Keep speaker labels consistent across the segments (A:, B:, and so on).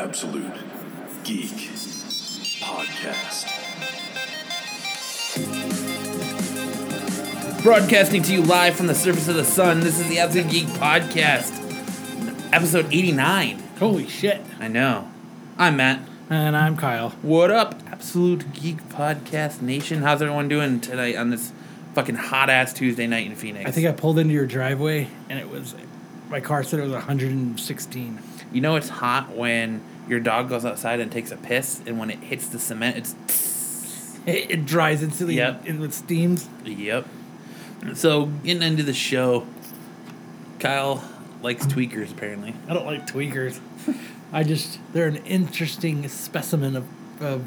A: Absolute Geek Podcast.
B: Broadcasting to you live from the surface of the sun, this is the Absolute Geek Podcast, episode 89.
C: Holy shit.
B: I know. I'm Matt.
C: And I'm Kyle.
B: What up, Absolute Geek Podcast Nation? How's everyone doing tonight on this fucking hot ass Tuesday night in Phoenix?
C: I think I pulled into your driveway and it was my car said it was 116.
B: you know it's hot when your dog goes outside and takes a piss, and when it hits the cement, it's.
C: It, it dries instantly
B: Yep.
C: and it steams.
B: Yep. So, getting into the show, Kyle likes tweakers apparently.
C: I don't like tweakers. I just they're an interesting specimen of of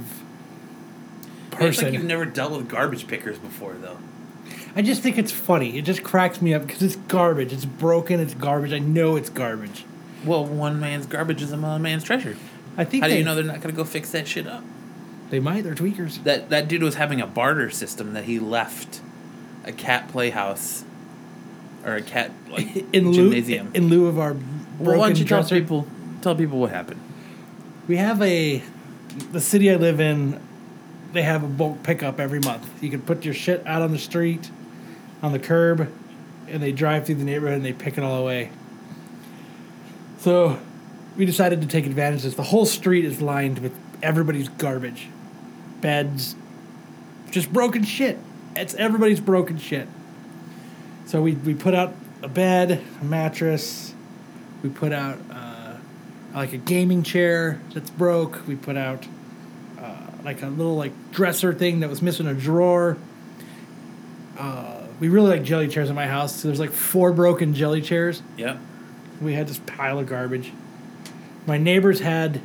B: It's like
C: person.
B: you've never dealt with garbage pickers before, though.
C: I just think it's funny. It just cracks me up because it's garbage. It's broken. It's garbage. I know it's garbage.
B: Well, one man's garbage is another man's treasure.
C: I think
B: How do
C: they,
B: you know they're not going to go fix that shit up?
C: they might. They're tweakers.
B: That that dude was having a barter system that he left a cat playhouse or a cat like
C: In lieu,
B: gymnasium.
C: in lieu of our
B: well, why
C: broken
B: don't you tell
C: dresser,
B: people tell people what happened?
C: We have a the city I live in. They have a bulk pickup every month. You can put your shit out on the street, on the curb, and they drive through the neighborhood and they pick it all away. So, we decided to take advantage of this. The whole street is lined with everybody's garbage, beds, just broken shit. It's everybody's broken shit. So we we put out a bed, a mattress. We put out. Uh, like a gaming chair that's broke. We put out uh, like a little like dresser thing that was missing a drawer. Uh, we really like jelly chairs in my house. So there's like four broken jelly chairs.
B: Yep.
C: We had this pile of garbage. My neighbors had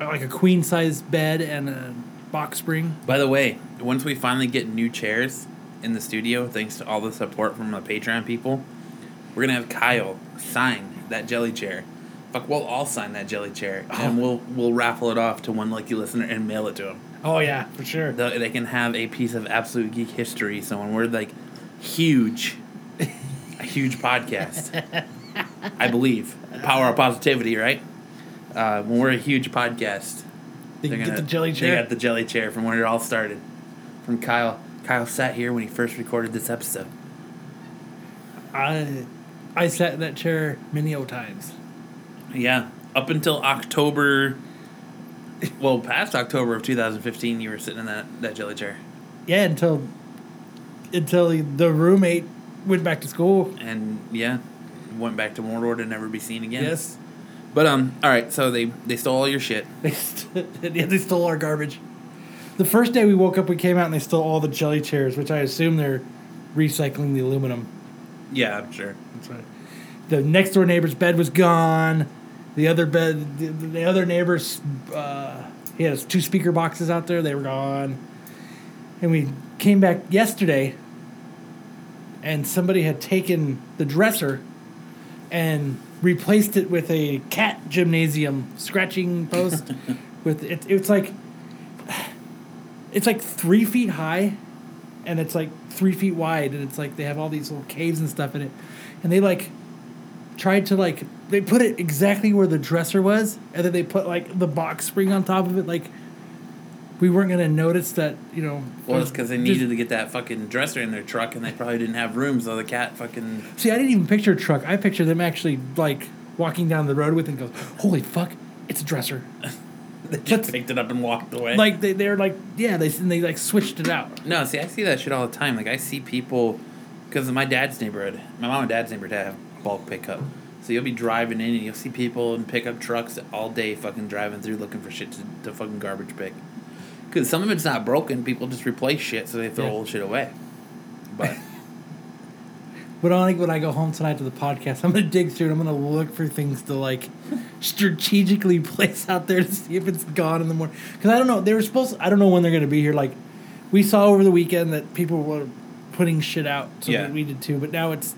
C: uh, like a queen size bed and a box spring.
B: By the way, once we finally get new chairs in the studio, thanks to all the support from the Patreon people, we're gonna have Kyle sign that jelly chair. Fuck, we'll all sign that jelly chair, and we'll we'll raffle it off to one lucky listener and mail it to him.
C: Oh yeah, for sure.
B: They, they can have a piece of absolute geek history. So when we're like huge, a huge podcast, I believe the power of positivity, right? Uh, when we're a huge podcast,
C: They
B: they're
C: can get
B: gonna-
C: the jelly
B: They
C: chair.
B: got the jelly chair from where it all started. From Kyle. Kyle sat here when he first recorded this episode.
C: I I sat in that chair many o times.
B: Yeah. Up until October, well, past October of 2015, you were sitting in that, that jelly chair.
C: Yeah, until until the- the roommate went back to school
B: And yeah, went back to Mordor to never be seen again.
C: Yes.
B: But, um, all right, so they, they stole all your shit.
C: They, st- yeah, they stole our garbage. The first day we woke up, we came out and they stole all the jelly chairs, which I assume they're recycling the aluminum.
B: Yeah, I'm sure.
C: That's right. The next door neighbor's bed was gone. The other bed, the, the other neighbor's, uh, he has two speaker boxes out there. They were gone. And we came back yesterday, and somebody had taken the dresser and replaced it with a cat gymnasium scratching post. with it, it's like it's like three feet high and it's like three feet wide and it's like they have all these little caves and stuff in it and they like tried to like they put it exactly where the dresser was and then they put like the box spring on top of it like we weren't gonna notice that you know
B: Well,
C: it
B: it's because they
C: just-
B: needed to get that fucking dresser in their truck, and they probably didn't have room, so the cat fucking.
C: see i didn't even picture a truck i picture them actually like walking down the road with it and goes holy fuck it's a dresser
B: They just
C: Let's-
B: picked it up and walked away.
C: like they, they're like yeah they and they like switched it out
B: No, see, I see that shit all the time. Like, I see people, because my dad's neighborhood, my mom and dad's neighborhood have bulk pickup. So you'll be driving in and you'll see people in pickup trucks all day fucking driving through looking for shit to, to fucking garbage pick. Because some of it's not broken, people just replace shit, so they throw
C: Yeah.
B: old shit away. But
C: But I think when I go home tonight to the podcast, I'm gonna dig through and I'm gonna look for things to like strategically place out there to see if it's gone in the morning. Because I don't know, they were supposed. I don't know when they're gonna be here. Like, we saw over the weekend that people were putting shit out, so
B: Yeah.
C: we did too. But now it's,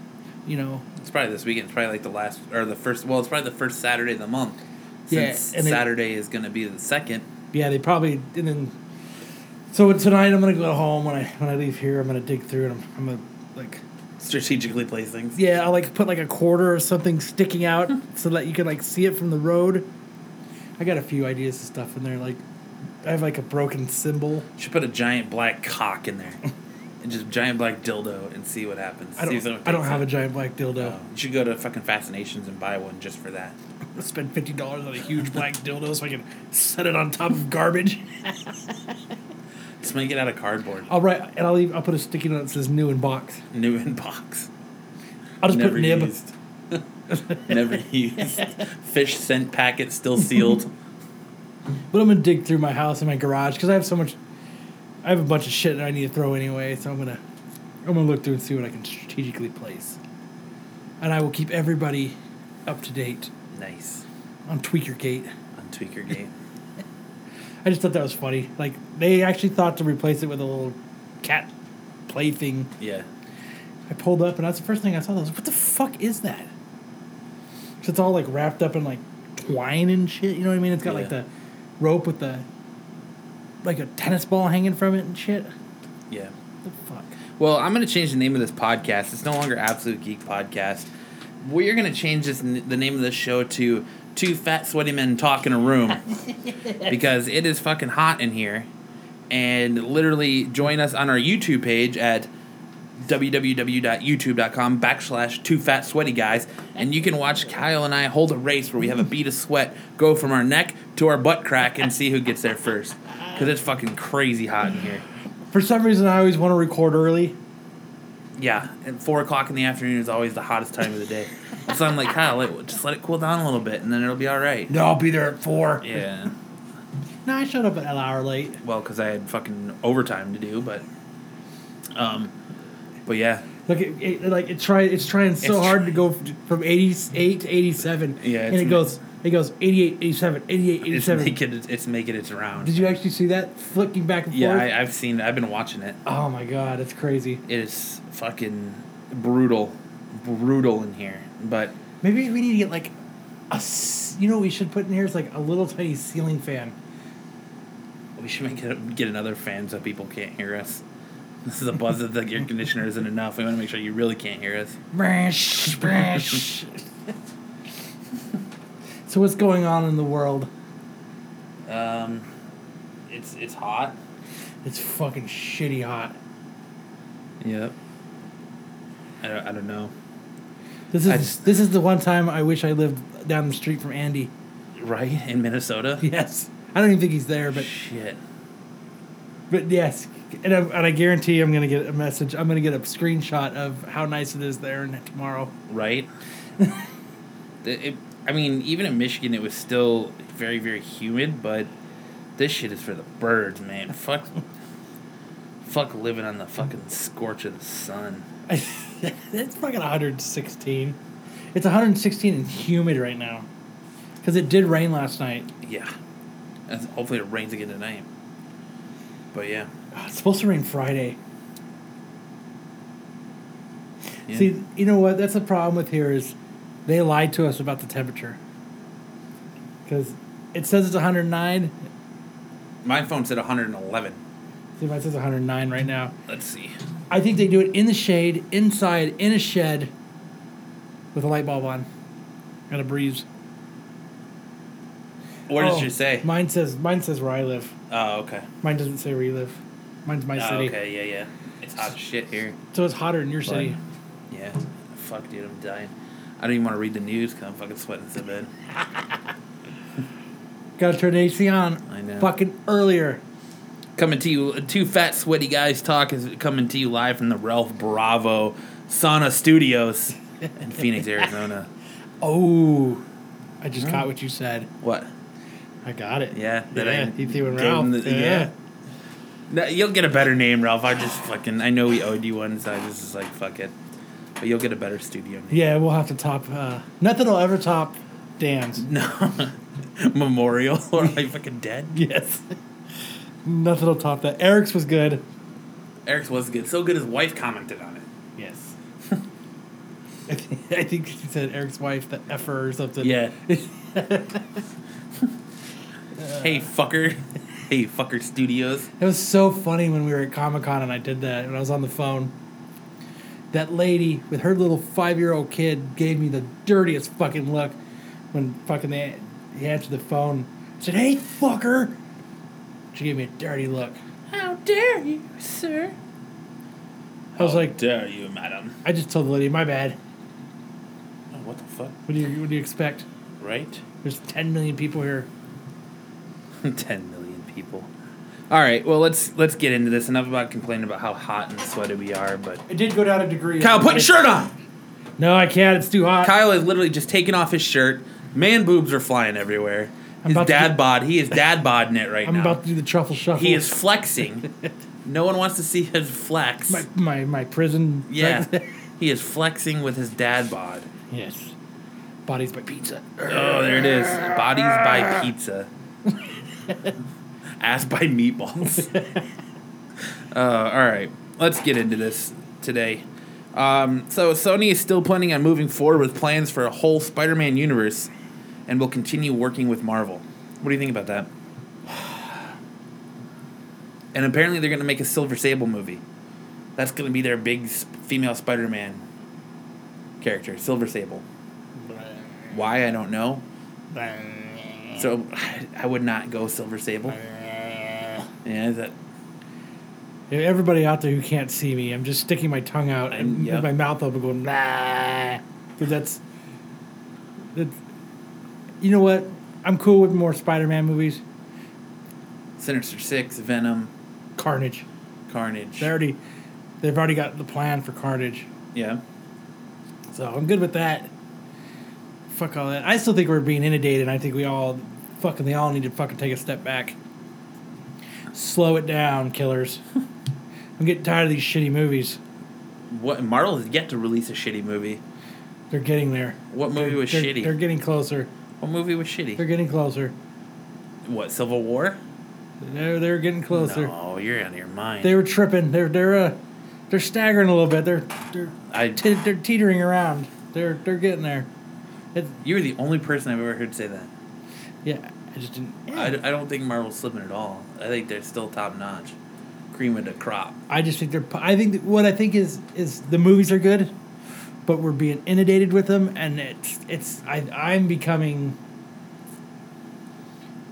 C: you know,
B: it's probably this weekend, it's probably like the last, or the first, well, it's probably the first Saturday of the month.
C: Yeah,
B: Since
C: and it-
B: Saturday is going to be the second.
C: yeah, they probably and then. So tonight I'm gonna go home when I when I leave here. I'm gonna dig through and I'm, I'm gonna like
B: Strategically place things.
C: Yeah, I like put like a quarter or something sticking out so that you can like see it from the road. I got a few ideas and stuff in there. Like, I have like a broken symbol.
B: Should put a giant black cock in there, and just giant black dildo, and see what happens.
C: I
B: See if someone
C: don't. I don't
B: takes
C: have
B: it. Oh,
C: a giant black dildo.
B: You should go to fucking Fascinations and buy one just for that.
C: I'll spend fifty dollars on a huge black dildo so I can set it on top of garbage.
B: Just make it out of cardboard,
C: I'll write and I'll leave. I'll put a sticky note that says new in box.
B: new in box,
C: I'll just put nib.
B: used, never used. Fish scent packet still sealed.
C: But I'm gonna dig through my house and my garage because I have so much. I have a bunch of shit that I need to throw anyway, so I'm gonna, I'm gonna look through and see what I can strategically place. And I will keep everybody up to date
B: nice
C: on Tweakergate.
B: on Tweaker Gate.
C: I just thought that was funny. Like they actually thought to replace it with a little cat play thing.
B: Yeah,
C: I pulled up and that's the first thing I saw. I was like, what the fuck is that? 'Cause it's all like wrapped up in like twine and shit. You know what I mean? It's got like
B: Yeah.
C: the rope with the like a tennis ball hanging from it and shit.
B: yeah.
C: the fuck?
B: Well, I'm going to change the name of this podcast. It's no longer Absolute Geek Podcast. We are going to change this the name of this show to Two Fat Sweaty Men Talk in a Room because it is fucking hot in here. And literally join us on our YouTube page at www.youtube.com backslash two fat sweaty guys and you can watch kyle and i hold a race where we have a bead of sweat go from our neck to our butt crack and see who gets there first because it's fucking crazy hot in here
C: For some reason, I always want to record early.
B: Yeah, and four o'clock in the afternoon is always the hottest time of the day. so I'm like, Kyle, let, just let it cool down a little bit, and then it'll be all right.
C: No, I'll be there at four.
B: Yeah.
C: No, I showed up an hour late.
B: Well, because I had fucking overtime to do, but, um, but yeah,
C: Like it, it like it try, it's trying so
B: It's
C: hard
B: try-
C: to go f- from 88 to 87.
B: Yeah,
C: and
B: it's
C: it
B: ma-
C: goes it goes 88 87 88
B: it's
C: 87.
B: making it, it's making its round.
C: Did you actually see that flicking back and
B: Yeah,
C: forth?
B: I, I've seen. I've been watching it.
C: oh my god, it's crazy.
B: It is fucking brutal, brutal in here. But
C: Maybe we need to get like a s- you know what we should put in here is like a little tiny ceiling fan.
B: we should make it get another fan so people can't hear us. This is a buzz of the air conditioner isn't enough. We want to make sure you really can't hear us.
C: Brash, brash. so what's going on in the world?
B: Um, it's it's hot.
C: It's fucking shitty hot.
B: Yep. I don't, I don't know.
C: This
B: I
C: is
B: just-
C: this is the one time I wish I lived down the street from Andy.
B: Right? In Minnesota?
C: Yes, I don't even think he's there, but
B: Shit.
C: but yes, and I, and I guarantee I'm gonna get a message. I'm gonna get a screenshot of how nice it is there and tomorrow.
B: Right? The- it, I mean, even in Michigan, it was still very, very humid, but this shit is for the birds, man. Fuck. fuck living on the fucking scorch of the sun.
C: it's fucking 116. It's 116 and humid right now. Because it did rain last night.
B: Yeah. And hopefully it rains again tonight. But yeah.
C: Ah, It's supposed to rain Friday.
B: Yeah.
C: See, you know what? That's the problem with here is they lied to us about the temperature. Because it says it's 109.
B: my phone said 111.
C: See, mine says 109 right now.
B: Let's see.
C: I think they do it in the shade, inside, in a shed, with a light bulb on, and a breeze.
B: Where does
C: Oh,
B: you say?
C: Mine says mine says where I live.
B: oh, okay.
C: Mine doesn't say where you live. Mine's my
B: Oh,
C: city.
B: okay, yeah, yeah. It's hot as shit here.
C: So it's hotter in your city.
B: Yeah. Fuck, dude, I'm dying. I don't even want to read the news because I'm fucking sweating so bad.
C: Gotta turn the AC on.
B: I know.
C: Fucking earlier.
B: Coming to you, two fat, sweaty guys talk is coming to you live from the Ralph Bravo Sauna Studios in Phoenix, Arizona.
C: Oh, I just caught what you said.
B: What?
C: I got it.
B: Yeah, that
C: yeah.
B: I
C: he threw in
B: gave him
C: Ralph.
B: the-
C: yeah.
B: yeah. No, you'll get a better name, Ralph. I just fucking, I know we owed you one, so I just was like, fuck it. But you'll get a better studio name.
C: Yeah, we'll have to top. Uh, nothing will ever top Dan's.
B: No. Memorial or like fucking dead.
C: Yes. nothing will top that. Eric's was good.
B: Eric's was good. So good his wife commented on it.
C: Yes. I thi- I think she said Eric's wife, the effer or something.
B: Yeah. hey fucker. Hey fucker studios.
C: It was so funny when we were at Comic Con and I did that when I was on the phone. That lady with her little five year old kid gave me the dirtiest fucking look when fucking they, he answered the phone. said, "Hey, fucker!" She gave me a dirty look.
B: How dare you, sir?
C: I was like,
B: dare you, madam?
C: I just told the lady, "My bad."
B: Oh, what the fuck?
C: What do you What do you expect?
B: Right?
C: There's 10 million people here.
B: Ten million people. All right. Well, let's let's get into this. Enough about complaining about how hot and sweaty we are, but
D: It did go down a degree.
B: Kyle, put your shirt on.
C: No, I can't. It's too hot.
B: Kyle is literally just taking off his shirt. Man boobs are flying everywhere. His
C: about to
B: dad
C: get-
B: bod. He is dad bodding it right
C: I'm
B: now.
C: about to do the truffle shuffle.
B: he is flexing. no one wants to see his flex.
C: my my, my prison.
B: yeah. he is flexing with his dad bod.
C: yes. Bodies by pizza.
B: Oh, there it is. Bodies by pizza. Ass by meatballs. uh, all right, let's get into this today. Um, so Sony is still planning on moving forward with plans for a whole Spider-Man universe, and will continue working with Marvel. What do you think about that? And apparently, they're going to make a Silver Sable movie. That's going to be their big s- female Spider-Man character, Silver Sable. Why I don't know. So I would not go Silver Sable. Yeah, that
C: Everybody out there who can't see me, I'm just sticking my tongue out and
B: I'm- yep.
C: with my mouth open, going nah. Because that's that's. You know what? I'm cool with more Spider-Man movies.
B: Sinister Six, Venom,
C: Carnage.
B: Carnage.
C: They already, they've already got the plan for Carnage.
B: Yeah.
C: So I'm good with that. Fuck all that. I still think we're being inundated. And I think we all fucking they all need to fucking take a step back. Slow it down, killers. I'm getting tired of these shitty movies.
B: What Marvel has yet to release a shitty movie.
C: They're getting there.
B: What movie was
C: They're,
B: shitty?
C: They're getting closer.
B: What movie was shitty?
C: They're getting closer.
B: what Civil War?
C: They're they're getting closer.
B: No, you're out of your mind.
C: They were tripping. They're they're uh, they're staggering a little bit. They're they're
B: I,
C: te- they're teetering around. They're they're getting there. It,
B: you were the only person I've ever heard say that.
C: yeah, I just didn't.
B: I, I don't think Marvel's slipping at all. I think they're still top notch, cream of the crop.
C: I just think they're. I think that what I think is is the movies are good, but we're being inundated with them, and it's it's. I I'm becoming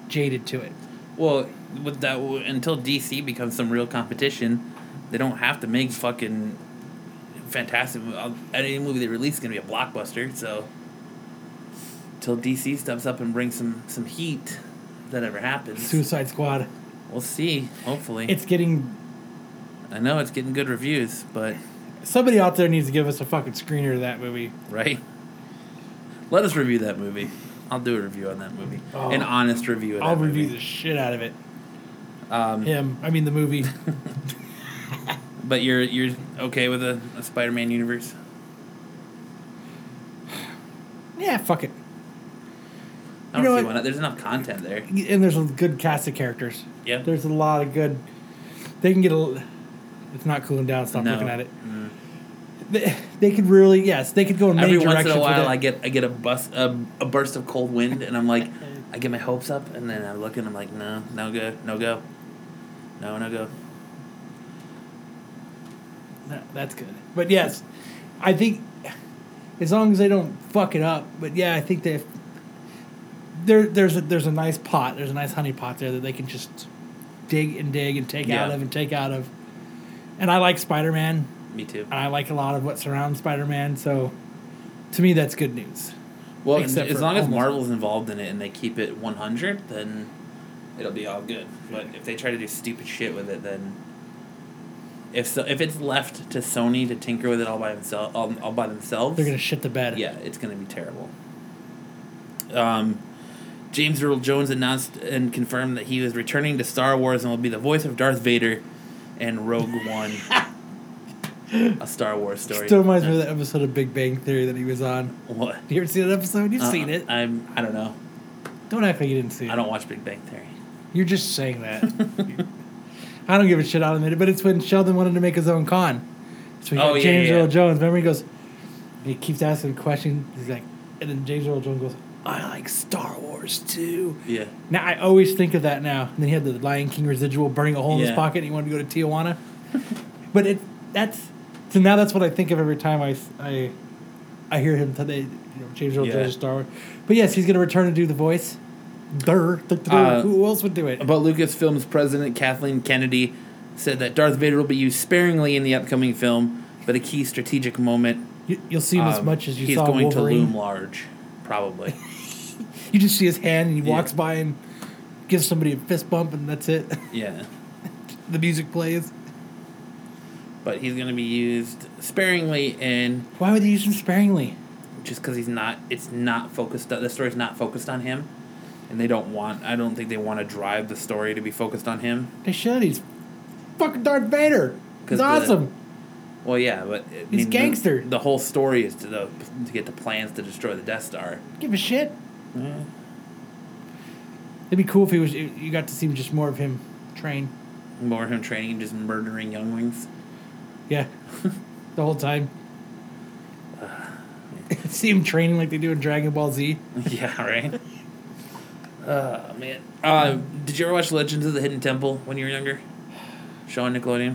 C: jaded to it.
B: Well, with that, until DC becomes some real competition, they don't have to make fucking fantastic. uh, Any movie they release is gonna be a blockbuster. So, until DC steps up and brings some some heat, if that ever happens.
C: Suicide Squad.
B: We'll see. Hopefully,
C: It's getting.
B: I know it's getting good reviews, but
C: Somebody out there needs to give us a fucking screener of that movie.
B: right. Let us review that movie. I'll do a review on that movie,
C: Oh.
B: an honest review. Of that
C: I'll review
B: movie. Um,
C: the shit out of it. Him. I mean the movie.
B: But you're you're okay with a, a Spider-Man universe?
C: yeah, fuck it.
B: I don't
C: You know
B: see
C: what?
B: why not. There's enough content there.
C: And there's a good cast of characters.
B: Yeah.
C: There's a lot of good. They can get a. l- It's not cooling down. Stop
B: No. Mm-hmm.
C: looking at it. They, they could really yes. They could go in many
B: Every once in
C: directions.
B: a
C: with
B: while,
C: it.
B: I get I get a bus a, a burst of cold wind, and I'm like, I get my hopes up, and then I look and I'm like, no, no go, no go, no, no go.
C: No, that's good. But yes, I think as long as they don't fuck it up. But yeah, I think they there there's a there's a nice pot. There's a nice honey pot there that they can just dig and dig and take out
B: Yeah.
C: of and take out of. And I like Spider Man.
B: Me too.
C: And I like a lot of what surrounds Spider Man. So to me, that's good news.
B: Well,
C: Except
B: as
C: for
B: long as
C: almost-
B: Marvel's involved in it and they keep it 100, then it'll be all good. But if they try to do stupid shit with it, then if so, if it's left to Sony to tinker with it all by himself, all, all by themselves,
C: They're gonna shit the bed.
B: Yeah, it's going to be terrible. Um, James Earl Jones announced and confirmed that he was returning to Star Wars and will be the voice of Darth Vader and Rogue One, a Star Wars story.
C: Still reminds me of that episode of Big Bang Theory that he was on.
B: What?
C: You ever seen that episode? You've
B: Uh-uh,
C: seen it.
B: I'm. I don't know.
C: don't act like you didn't see it.
B: I don't watch Big Bang Theory.
C: You're just saying that. I don't give a shit out of it, but it's when Sheldon wanted to make his own con. So he
B: Oh,
C: got
B: yeah,
C: James
B: yeah, yeah.
C: Earl Jones. Remember, he goes, he keeps asking questions. He's like, and then James Earl Jones goes, I like Star Wars too.
B: Yeah.
C: Now, I always think of that now. And then he had the Lion King residual burning a hole in his
B: Yeah.
C: pocket and he wanted to go to Tijuana. but it that's, so now that's what I think of every time I, I, I hear him today, you know, James Earl
B: Yeah.
C: Jones Star Wars. But yes, he's going to return and do the voice. Durr. Th- th-
B: Uh,
C: Who else would do it?
B: But Lucasfilm's president Kathleen Kennedy said that Darth Vader will be used sparingly in the upcoming film, but a key strategic moment.
C: You, you'll see him as
B: um,
C: much as you
B: he's
C: saw
B: going to
C: Wolverine.
B: loom large, probably.
C: You just see his hand and he
B: Yeah.
C: walks by and gives somebody a fist bump and that's it.
B: yeah,
C: the music plays.
B: but he's going to be used sparingly and
C: Why would they use him sparingly?
B: just because he's not it's not focused the story's not focused on him and they don't want i don't think they want to drive the story to be focused on him
C: They should. He's fucking Darth Vader.
B: 'Cause
C: He's
B: the-
C: awesome.
B: well yeah but I
C: He's
B: the-
C: gangster.
B: the, whole story is to the to get the plans to destroy the death star
C: Give a shit. It'd be cool if he was. if You got to see just more of him train.
B: more of him training and just murdering young wings
C: Yeah, the whole time. see him training like they do in Dragon Ball Z.
B: yeah right oh man uh, did you ever watch legends of the hidden temple when you were younger show on nickelodeon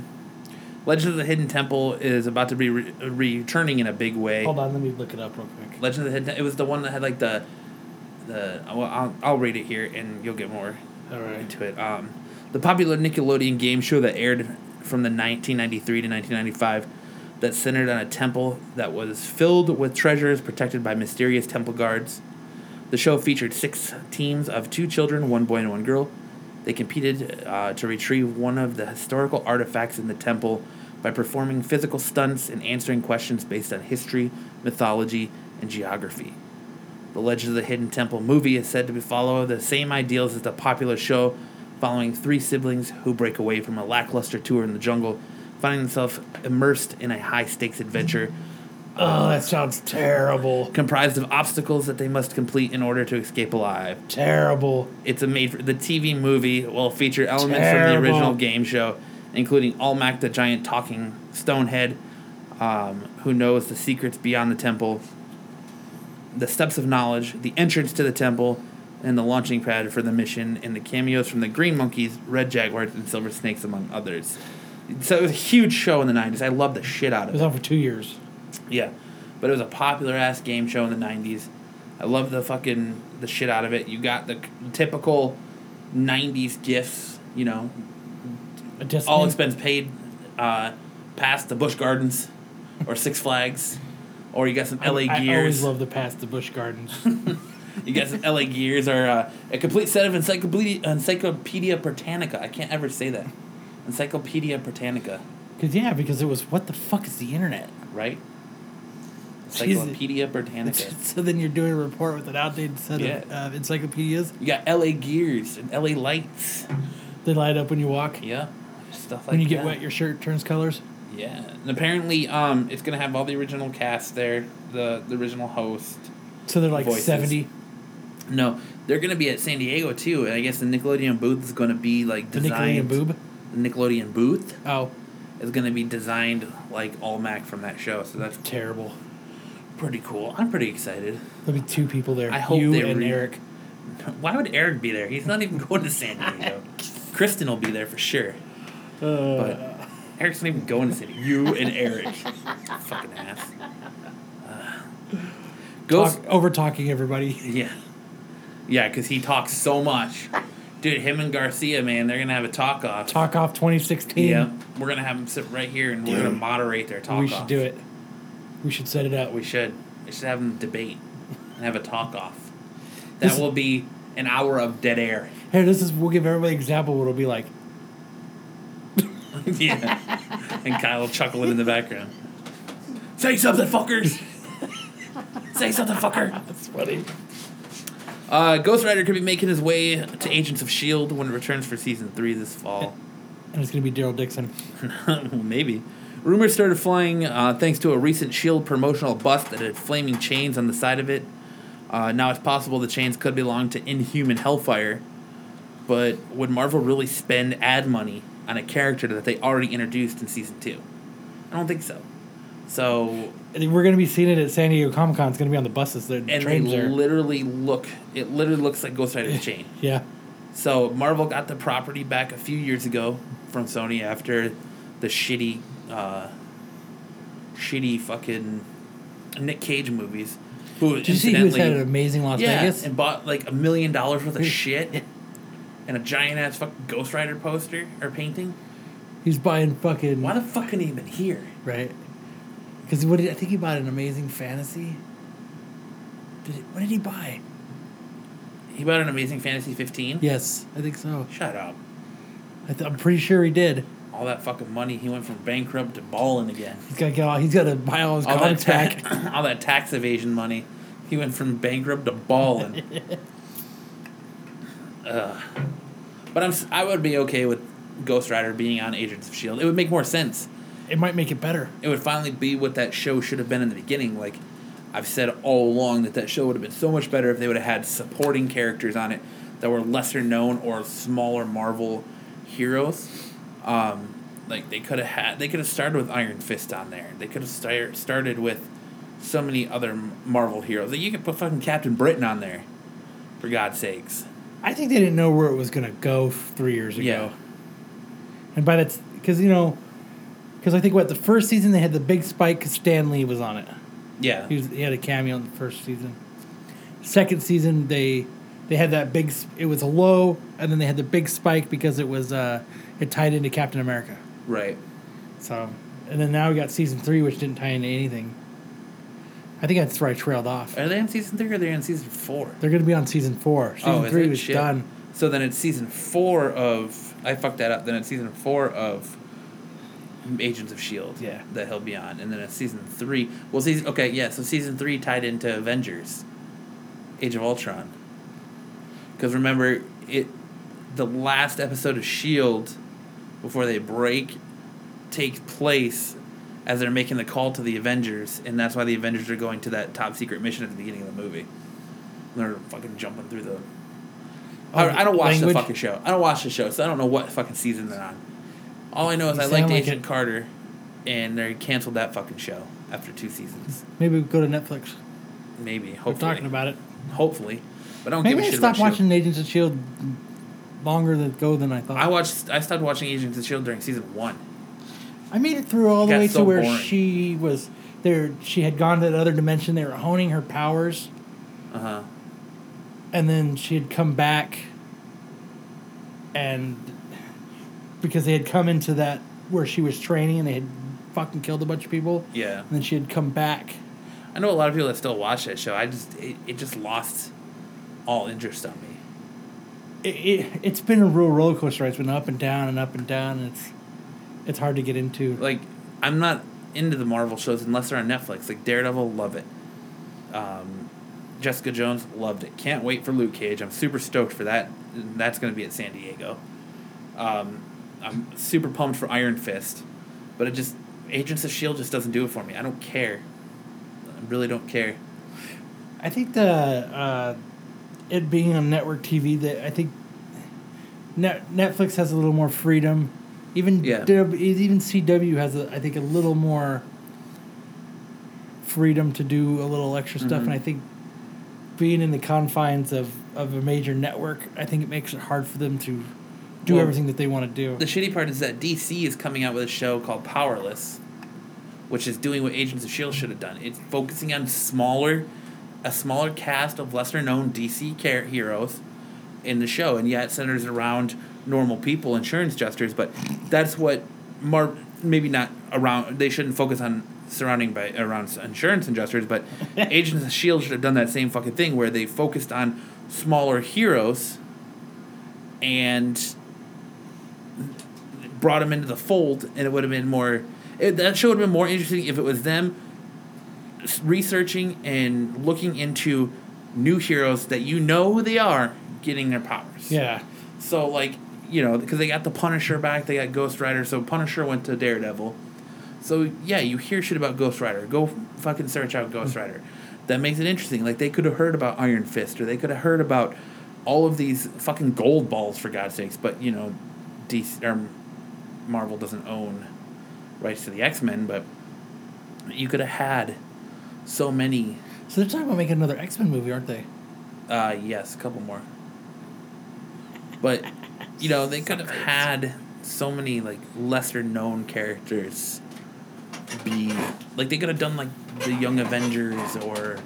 B: legends of the hidden temple is about to be re- returning in a big way
C: Hold on, let me look it up real quick.
B: Legend of the Hidden. It was the one that had like the, the. Well, I'll, I'll read it here, and you'll get more
C: All right.
B: into it. Um, the popular Nickelodeon game show that aired from the 1993 to 1995, that centered on a temple that was filled with treasures protected by mysterious temple guards. The show featured six teams of two children, one boy and one girl. They competed uh, to retrieve one of the historical artifacts in the temple by performing physical stunts and answering questions based on history, mythology, and geography. The Legend of the Hidden Temple movie is said to be follow the same ideals as the popular show, following three siblings who break away from a lackluster tour in the jungle, finding themselves immersed in a high stakes adventure
C: Oh, that sounds terrible.
B: comprised of obstacles that they must complete in order to escape alive.
C: Terrible.
B: It's a made for the TV movie will feature elements from
C: Terrible.
B: the original game show, including Almac the giant talking stonehead, um, who knows the secrets beyond the temple, the steps of knowledge, the entrance to the temple, and the launching pad for the mission, and the cameos from the green monkeys, red jaguars, and silver snakes, among others. So it was a huge show in the '90s. I loved the shit out of
C: It
B: it.
C: was on for two years.
B: Yeah, but it was a popular ass game show in the '90s. I love the fucking the shit out of it. You got the c- typical '90s gifts, you know,
C: A Disney-
B: all expense paid, uh, past the Busch Gardens or Six Flags, or you got some LA
C: I
B: Gears.
C: always love the past the Bush Gardens.
B: you got some LA Gears or uh, a complete set of Encyclopedia, Encyclopedia Britannica. I can't ever say that. Encyclopedia Britannica,
C: Cause yeah, because it was what the fuck is the internet?
B: right?
C: Jesus.
B: Encyclopedia Britannica.
C: so then you're doing a report with an outdated set of
B: Yeah.
C: uh, encyclopedias.
B: You got LA Gears and LA Lights.
C: They light up when you walk.
B: Yeah, stuff like
C: when you get
B: that.
C: wet, your shirt turns colors.
B: yeah, and apparently, um, it's gonna have all the original cast there, the the original host.
C: So they're like
B: Voices.
C: seventy.
B: No, they're gonna be at San Diego too, and I guess the Nickelodeon booth is gonna be like
C: The
B: designed.
C: Nickelodeon boob.
B: The Nickelodeon booth
C: Oh,
B: is gonna be designed like all Mac from that show, so that's
C: terrible.
B: pretty cool. I'm pretty excited.
C: There'll be two people there.
B: I hope
C: you
B: they
C: and
B: re-
C: Eric.
B: Why would Eric be there? He's not even going to San Diego. Kristen will be there for sure. But Eric's not even going to City. You and Eric. Fucking ass. Uh, goes,
C: Talk, over talking everybody.
B: yeah. Yeah, because he talks so much. Dude, him and Garcia, man, they're going to have a talk off.
C: Talk off 2016.
B: Yeah. We're going to have them sit right here and we're going to moderate their talk
C: we
B: off.
C: should do it. We should set it out.
B: We should. We should have them debate and have a talk off.
C: This-
B: That will be an hour of dead air.
C: Here, this is. We'll give everybody an example. of What it'll be like.
B: yeah. And Kyle chuckling in the background. Say something, fuckers! Say something, fucker!
C: That's funny.
B: Uh, Ghost Rider could be making his way to Agents of S.H.I.E.L.D. E when it returns for season three this fall.
C: And it's gonna be Daryl Dixon.
B: Maybe. Rumors started flying uh, thanks to a recent S.H.I.E.L.D. promotional bust that had flaming chains on the side of it. Uh, now it's possible the chains could belong to Inhuman Hellfire, but would Marvel really spend ad money on a character that they already introduced in season two? I don't think so. So
C: And we're gonna be seeing it at San Diego Comic Con. It's gonna be on the buses. The
B: and they
C: trains there.
B: literally look it literally looks like Ghost Rider's chain.
C: yeah.
B: So Marvel got the property back a few years ago from Sony after the shitty, uh, shitty fucking Nick Cage movies. Who
C: Did you see who's had an
B: incidentally-
C: amazing Las
B: yeah,
C: Vegas?
B: and bought like a million dollars worth of shit and a giant ass fucking Ghost Rider poster or painting.
C: He's buying fucking
B: Why the fuck couldn't he even hear?
C: right. Because what did, I think he bought an amazing fantasy. Did he, what did he buy?
B: He bought an Amazing Fantasy 15.
C: Yes, I think so.
B: Shut up.
C: I th- I'm pretty sure he did.
B: All that fucking money, he went from bankrupt to balling again.
C: He's got to get all. He's got to buy all his
B: All that,
C: comics back.
B: ta- all that tax evasion money, he went from bankrupt to balling. Ugh. But I'm, s- I would be okay with Ghost Rider being on Agents of S.H.I.E.L.D. E It would make more sense.
C: It might make it better.
B: it would finally be what that show should have been in the beginning. Like I've said all along that that show would have been so much better if they would have had supporting characters on it that were lesser known or smaller Marvel heroes. Um, like they could have had, they could have started with Iron Fist on there. They could have start, started with so many other Marvel heroes. Like you could put fucking Captain Britain on there, for God's sakes.
C: I think they didn't know where it was going to go f- three years ago.
B: Yeah.
C: And by that, because you know, because I think what the first season they had the big spike because Stanley was on it.
B: Yeah,
C: He was he had a cameo in the first season. Second season they they had that big. s- It was a low, and then they had the big spike because it was uh it tied into Captain America.
B: right.
C: So and then now we got season three, which didn't tie into anything. I think that's where I trailed off.
B: Are they in season three or are they in season four?
C: They're going to be on season four. Season
B: Oh,
C: three
B: is it?
C: was
B: Shit.
C: done.
B: So then it's season four of I fucked that up. Then it's season four of Agents of Shield.
C: Yeah.
B: E that he'll be on, and then it's season three. Well, season okay, yeah. So season three tied into Avengers, Age of Ultron. Because remember it, the last episode of Shield, E before they break, takes place. As they're making the call to the Avengers, and that's why the Avengers are going to that top secret mission at the beginning of the movie. They're fucking jumping through the. I, I don't watch
C: Language?
B: the fucking show. I don't watch the show, so I don't know what fucking season they're on. All I know is
C: You
B: I
C: sound
B: liked
C: like
B: Agent
C: it.
B: Carter, and they canceled that fucking show after two seasons.
C: Maybe we go to Netflix.
B: Maybe
C: We're
B: hopefully.
C: talking about it.
B: Hopefully, but I E don't
C: Maybe
B: give a
C: I
B: shit
C: stopped
B: about
C: watching
B: Shield.
C: Agents of Shield E longer than go than I thought.
B: I watched. I stopped watching Agents of Shield during season one.
C: I made it through all the
B: Got
C: way to
B: so
C: where
B: boring.
C: she was there. She had gone to that other dimension. They were honing her powers,
B: Uh huh.
C: and then she had come back, and because they had come into that where she was training, and they had fucking killed a bunch of people,
B: Yeah.
C: and then she had come back.
B: I know a lot of people that still watch that show. I just it, it just lost all interest on me.
C: It, it, it's been a real roller coaster. ride. It's been up and down and up and down. And it's it's hard to get into.
B: like I'm not into the Marvel shows unless they're on Netflix. Like Daredevil, love it. Um, Jessica Jones, loved it. Can't wait for Luke Cage. I'm super stoked for that. That's going to be at San Diego. Um, I'm super pumped for Iron Fist, but it just Agents of Shield E just doesn't do it for me. I don't care. I really don't care.
C: I think the uh, it being on network TV that I think net, Netflix has a little more freedom. Even
B: Yeah.
C: W- even CW has a, I think a little more freedom to do a little extra stuff, and I think being in the confines of, of a major network, I think it makes it hard for them to do
B: Well,
C: everything that they want to do.
B: The shitty part is that DC is coming out with a show called Powerless, which is doing what Agents of Shield E should have done. It's focusing on smaller, a smaller cast of lesser known DC care heroes in the show, and yet it centers around normal people, insurance adjusters. But that's what Mar maybe not around. They shouldn't focus on surrounding by around insurance adjusters, but Agents of Shield E should have done that same fucking thing where they focused on smaller heroes and brought him into the fold, and it would have been more. It, that show would have been more interesting if it was them s- researching and looking into new heroes that you know who they are, getting their powers.
C: yeah,
B: So like you know because they got the Punisher back, they got Ghost Rider. So Punisher went to Daredevil. So yeah, you hear shit about Ghost Rider. Go fucking search out Ghost Rider. That makes it interesting. Like they could have heard about Iron Fist, or they could have heard about all of these fucking gold balls for God's sakes. But you know, DC or Marvel doesn't own rights to the X Men, but you could have had so many.
C: so they're talking about making another X Men movie, aren't they?
B: Uh, yes, a couple more. But you know, they could have had so many like lesser known characters be like they could have done like the Young Avengers or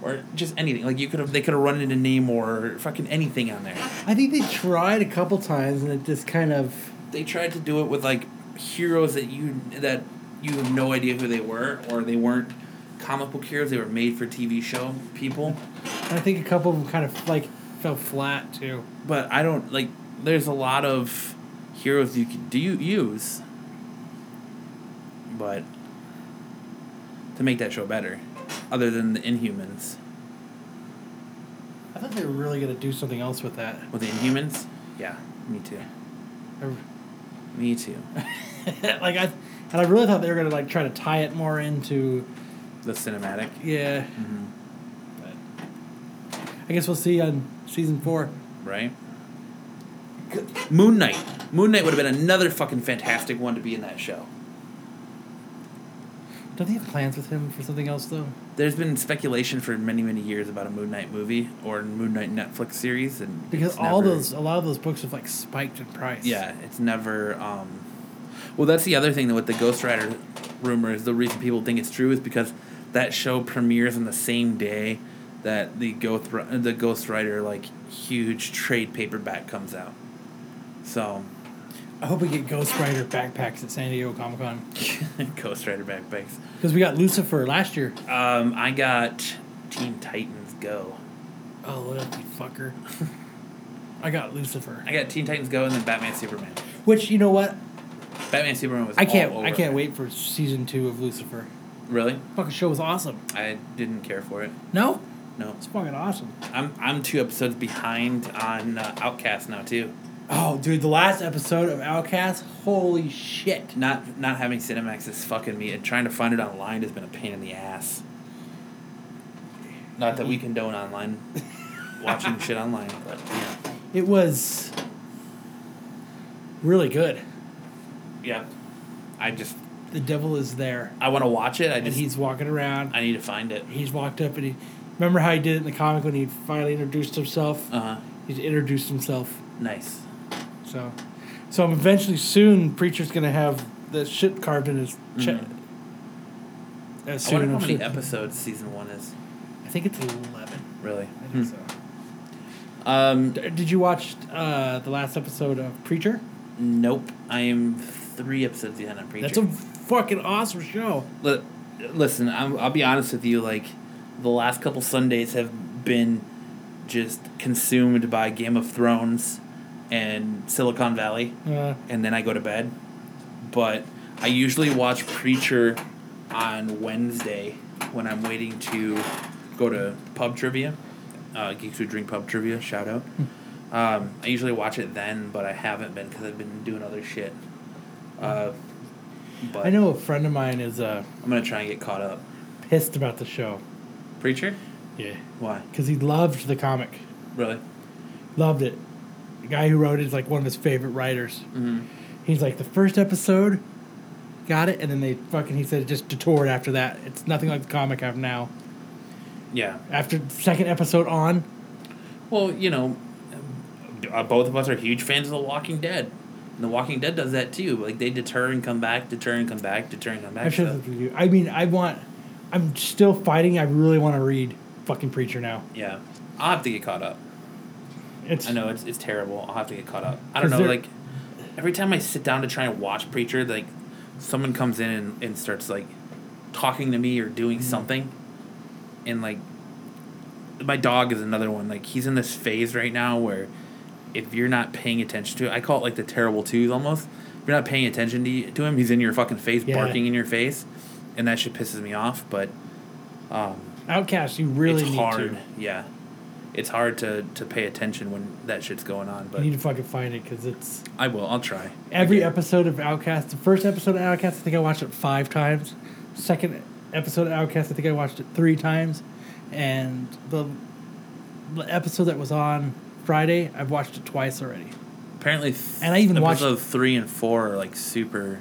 B: or just anything. Like you could have, they could have run into Namor or fucking anything on there.
C: I think they tried a couple times and it just kind of
B: They tried to do it with like heroes that you that you have no idea who they were or they weren't comic book heroes. They were made for TV show people.
C: I think a couple of them kind of like fell flat too.
B: But I don't like. There's a lot of heroes you could do use, but to make that show better, other than the Inhumans.
C: I thought they were really gonna do something else with that.
B: With the Inhumans? Yeah, me too.
C: I-
B: Me too.
C: like I and I really thought they were gonna like try to tie it more into
B: The cinematic.
C: yeah.
B: hmm
C: But I guess we'll see on season four.
B: Right? Moon Knight. Moon Knight would have been another fucking fantastic one to be in that show.
C: Don't they have plans with him for something else though?
B: There's been speculation for many, many years about a Moon Knight movie or Moon Knight Netflix series, and
C: Because
B: it's
C: all
B: never-
C: those a lot of those books have like spiked in price.
B: Yeah, it's never. Um, well, that's the other thing that with the Ghost Rider rumor is the reason people think it's true is because that show premieres on the same day that the Ghost Ri- the Ghost Rider like huge trade paperback comes out. So,
C: I hope we get Ghost Rider backpacks at San Diego Comic Con
B: Ghost Rider backpacks.
C: because we got Lucifer last year.
B: Um, I got Teen Titans Go.
C: Oh, lucky fucker! I got Lucifer,
B: I got Teen Titans Go and then Batman Superman.
C: which you know what?
B: Batman Superman was
C: I can't.
B: all over
C: I can't
B: it.
C: wait for season two of Lucifer.
B: Really,
C: Fucking show was awesome.
B: I didn't care for it.
C: No,
B: No,
C: it's fucking awesome.
B: I'm I'm two episodes behind on uh, Outcast now too.
C: Oh, dude, the last episode of Outcast. Holy shit!
B: Not not having Cinemax is fucking me, and trying to find it online has been a pain in the ass. Not that we condone online watching shit online, but yeah,
C: It was really good.
B: yeah. I just
C: The devil is there,
B: I want to watch it. I
C: and
B: just
C: he's walking around.
B: I need to find it.
C: He's walked up, and he remember how he did it in the comic when he finally introduced himself.
B: Uh huh.
C: He's introduced himself.
B: Nice.
C: So, so I'm eventually soon. Preacher's gonna have the shit carved in his chest. As
B: Mm-hmm. I
C: soon
B: wonder how
C: as-
B: many episodes season one is.
C: I think it's eleven.
B: Really. Hmm.
C: I think so.
B: Um.
C: D- Did you watch uh, the last episode of Preacher?
B: Nope. I am three episodes behind on Preacher.
C: That's a fucking awesome show.
B: Li- listen, I'm, I'll be honest with you. Like, the last couple Sundays have been just consumed by Game of Thrones and Silicon Valley,
C: Uh,
B: and then I go to bed. But I usually watch Preacher on Wednesday when I'm waiting to go to pub trivia. Uh, Geeks Who Drink Pub Trivia, shout out.
C: Hmm.
B: Um, I usually watch it then, but I haven't been because I've been doing other shit. Uh, but
C: I know a friend of mine is uh,
B: I'm gonna try and get caught up.
C: pissed about the show.
B: Preacher?
C: Yeah,
B: Why?
C: because he loved the comic,
B: Really?
C: loved it. The guy who wrote it is like one of his favorite writers.
B: Mm-hmm.
C: He's like the first episode, got it, and then they fucking he said it just detoured after that. It's nothing like the comic I have now.
B: Yeah.
C: After second episode on,
B: Well, you know, uh, both of us are huge fans of The Walking Dead. And The Walking Dead does that too. Like they deter and come back, deter and come back, deter and come
C: I
B: back.
C: should
B: So,
C: have reviewed. I mean, I want. I'm still fighting. I really want to read fucking Preacher now.
B: yeah, I'll have to get caught up.
C: It's
B: I know it's it's terrible. I'll have to get caught up. I don't
C: 'Cause
B: know.
C: there-
B: Like every time I sit down to try and watch Preacher, like someone comes in and, and starts like talking to me or doing
C: Mm-hmm.
B: something, and like my dog is another one. Like he's in this phase right now where if you're not paying attention to it, I call it like the terrible twos almost. If you're not paying attention to, y- to him, he's in your fucking face,
C: Yeah.
B: barking in your face, and that shit pisses me off. But um,
C: Outcast. You really
B: it's
C: need
B: hard.
C: to.
B: Yeah, it's hard to to pay attention when that shit's going on. But
C: You need to fucking find it because it's
B: I will. I'll try.
C: every
B: Again.
C: episode of Outcast. The first episode of Outcast, I think I watched it five times. Second episode of Outcast, I think I watched it three times, and the the episode that was on Friday, I've watched it twice already.
B: Apparently, th-
C: And I even watched-
B: episode three and four are like super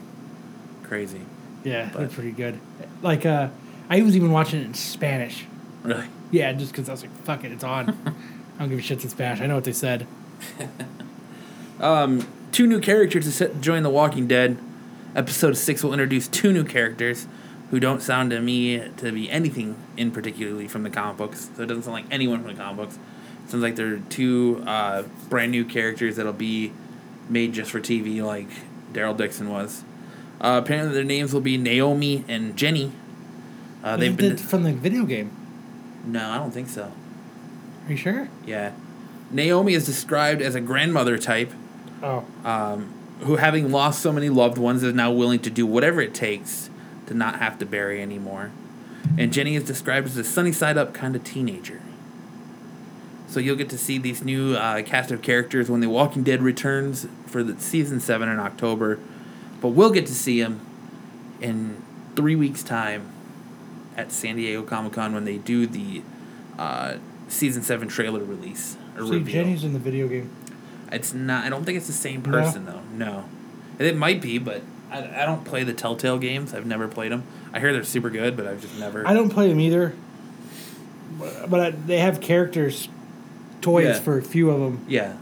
B: crazy.
C: Yeah, they're
B: But-
C: pretty good. Like uh, I was even watching it in Spanish.
B: Really,
C: Yeah, just because I was like, fuck it, it's on. I don't give a shit to Spanish. I know what they said.
B: two new characters to set, join The Walking Dead. Episode six will introduce two new characters. who don't sound to me to be anything in particularly from the comic books. So it doesn't sound like anyone from the comic books. It sounds like they're two uh, brand new characters that'll be made just for TV, like Daryl Dixon was. Uh, apparently, their names will be Naomi and Jenny. Uh, they've
C: Isn't
B: been
C: it from the video game.
B: no, I don't think so.
C: Are you sure?
B: Yeah, Naomi is described as a grandmother type
C: Oh,
B: um, who, having lost so many loved ones, is now willing to do whatever it takes to not have to bury anymore. And Jenny is described as a sunny side up kind of teenager. So you'll get to see these new uh, cast of characters when The Walking Dead returns for the season seven in October, but we'll get to see them in three weeks' time at San Diego Comic Con when they do the uh, season seven trailer release. Or
C: see,
B: reveal.
C: Jenny's in the video game.
B: It's not. I don't think it's the same
C: No?
B: person though. No, And it might be, but I, I don't play the Telltale games. I've never played them. I hear they're super good, but I've just never.
C: I don't play them either, but, but I, they have characters, toys
B: Yeah.
C: for a few of them.
B: yeah.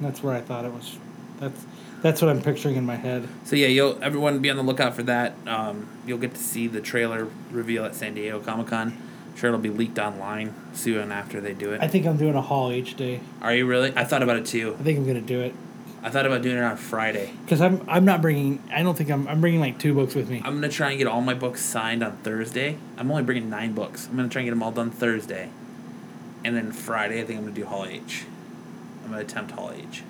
C: That's where I thought it was. That's that's what I'm picturing in my head.
B: So yeah, you'll everyone be on the lookout for that. Um, you'll get to see the trailer reveal at San Diego Comic Con. Sure, it'll be leaked online soon after they do
C: I
B: it.
C: think I'm doing a haul each day.
B: Are you really? I thought about it too.
C: I think I'm gonna do it
B: I thought about doing it on Friday.
C: because I'm I'm not bringing. I don't think I'm I'm bringing like two books with me.
B: I'm gonna try and get all my books signed on Thursday. I'm only bringing nine books. I'm gonna try and get them all done Thursday, and then Friday I think I'm gonna do Hall H. I'm gonna attempt Hall H,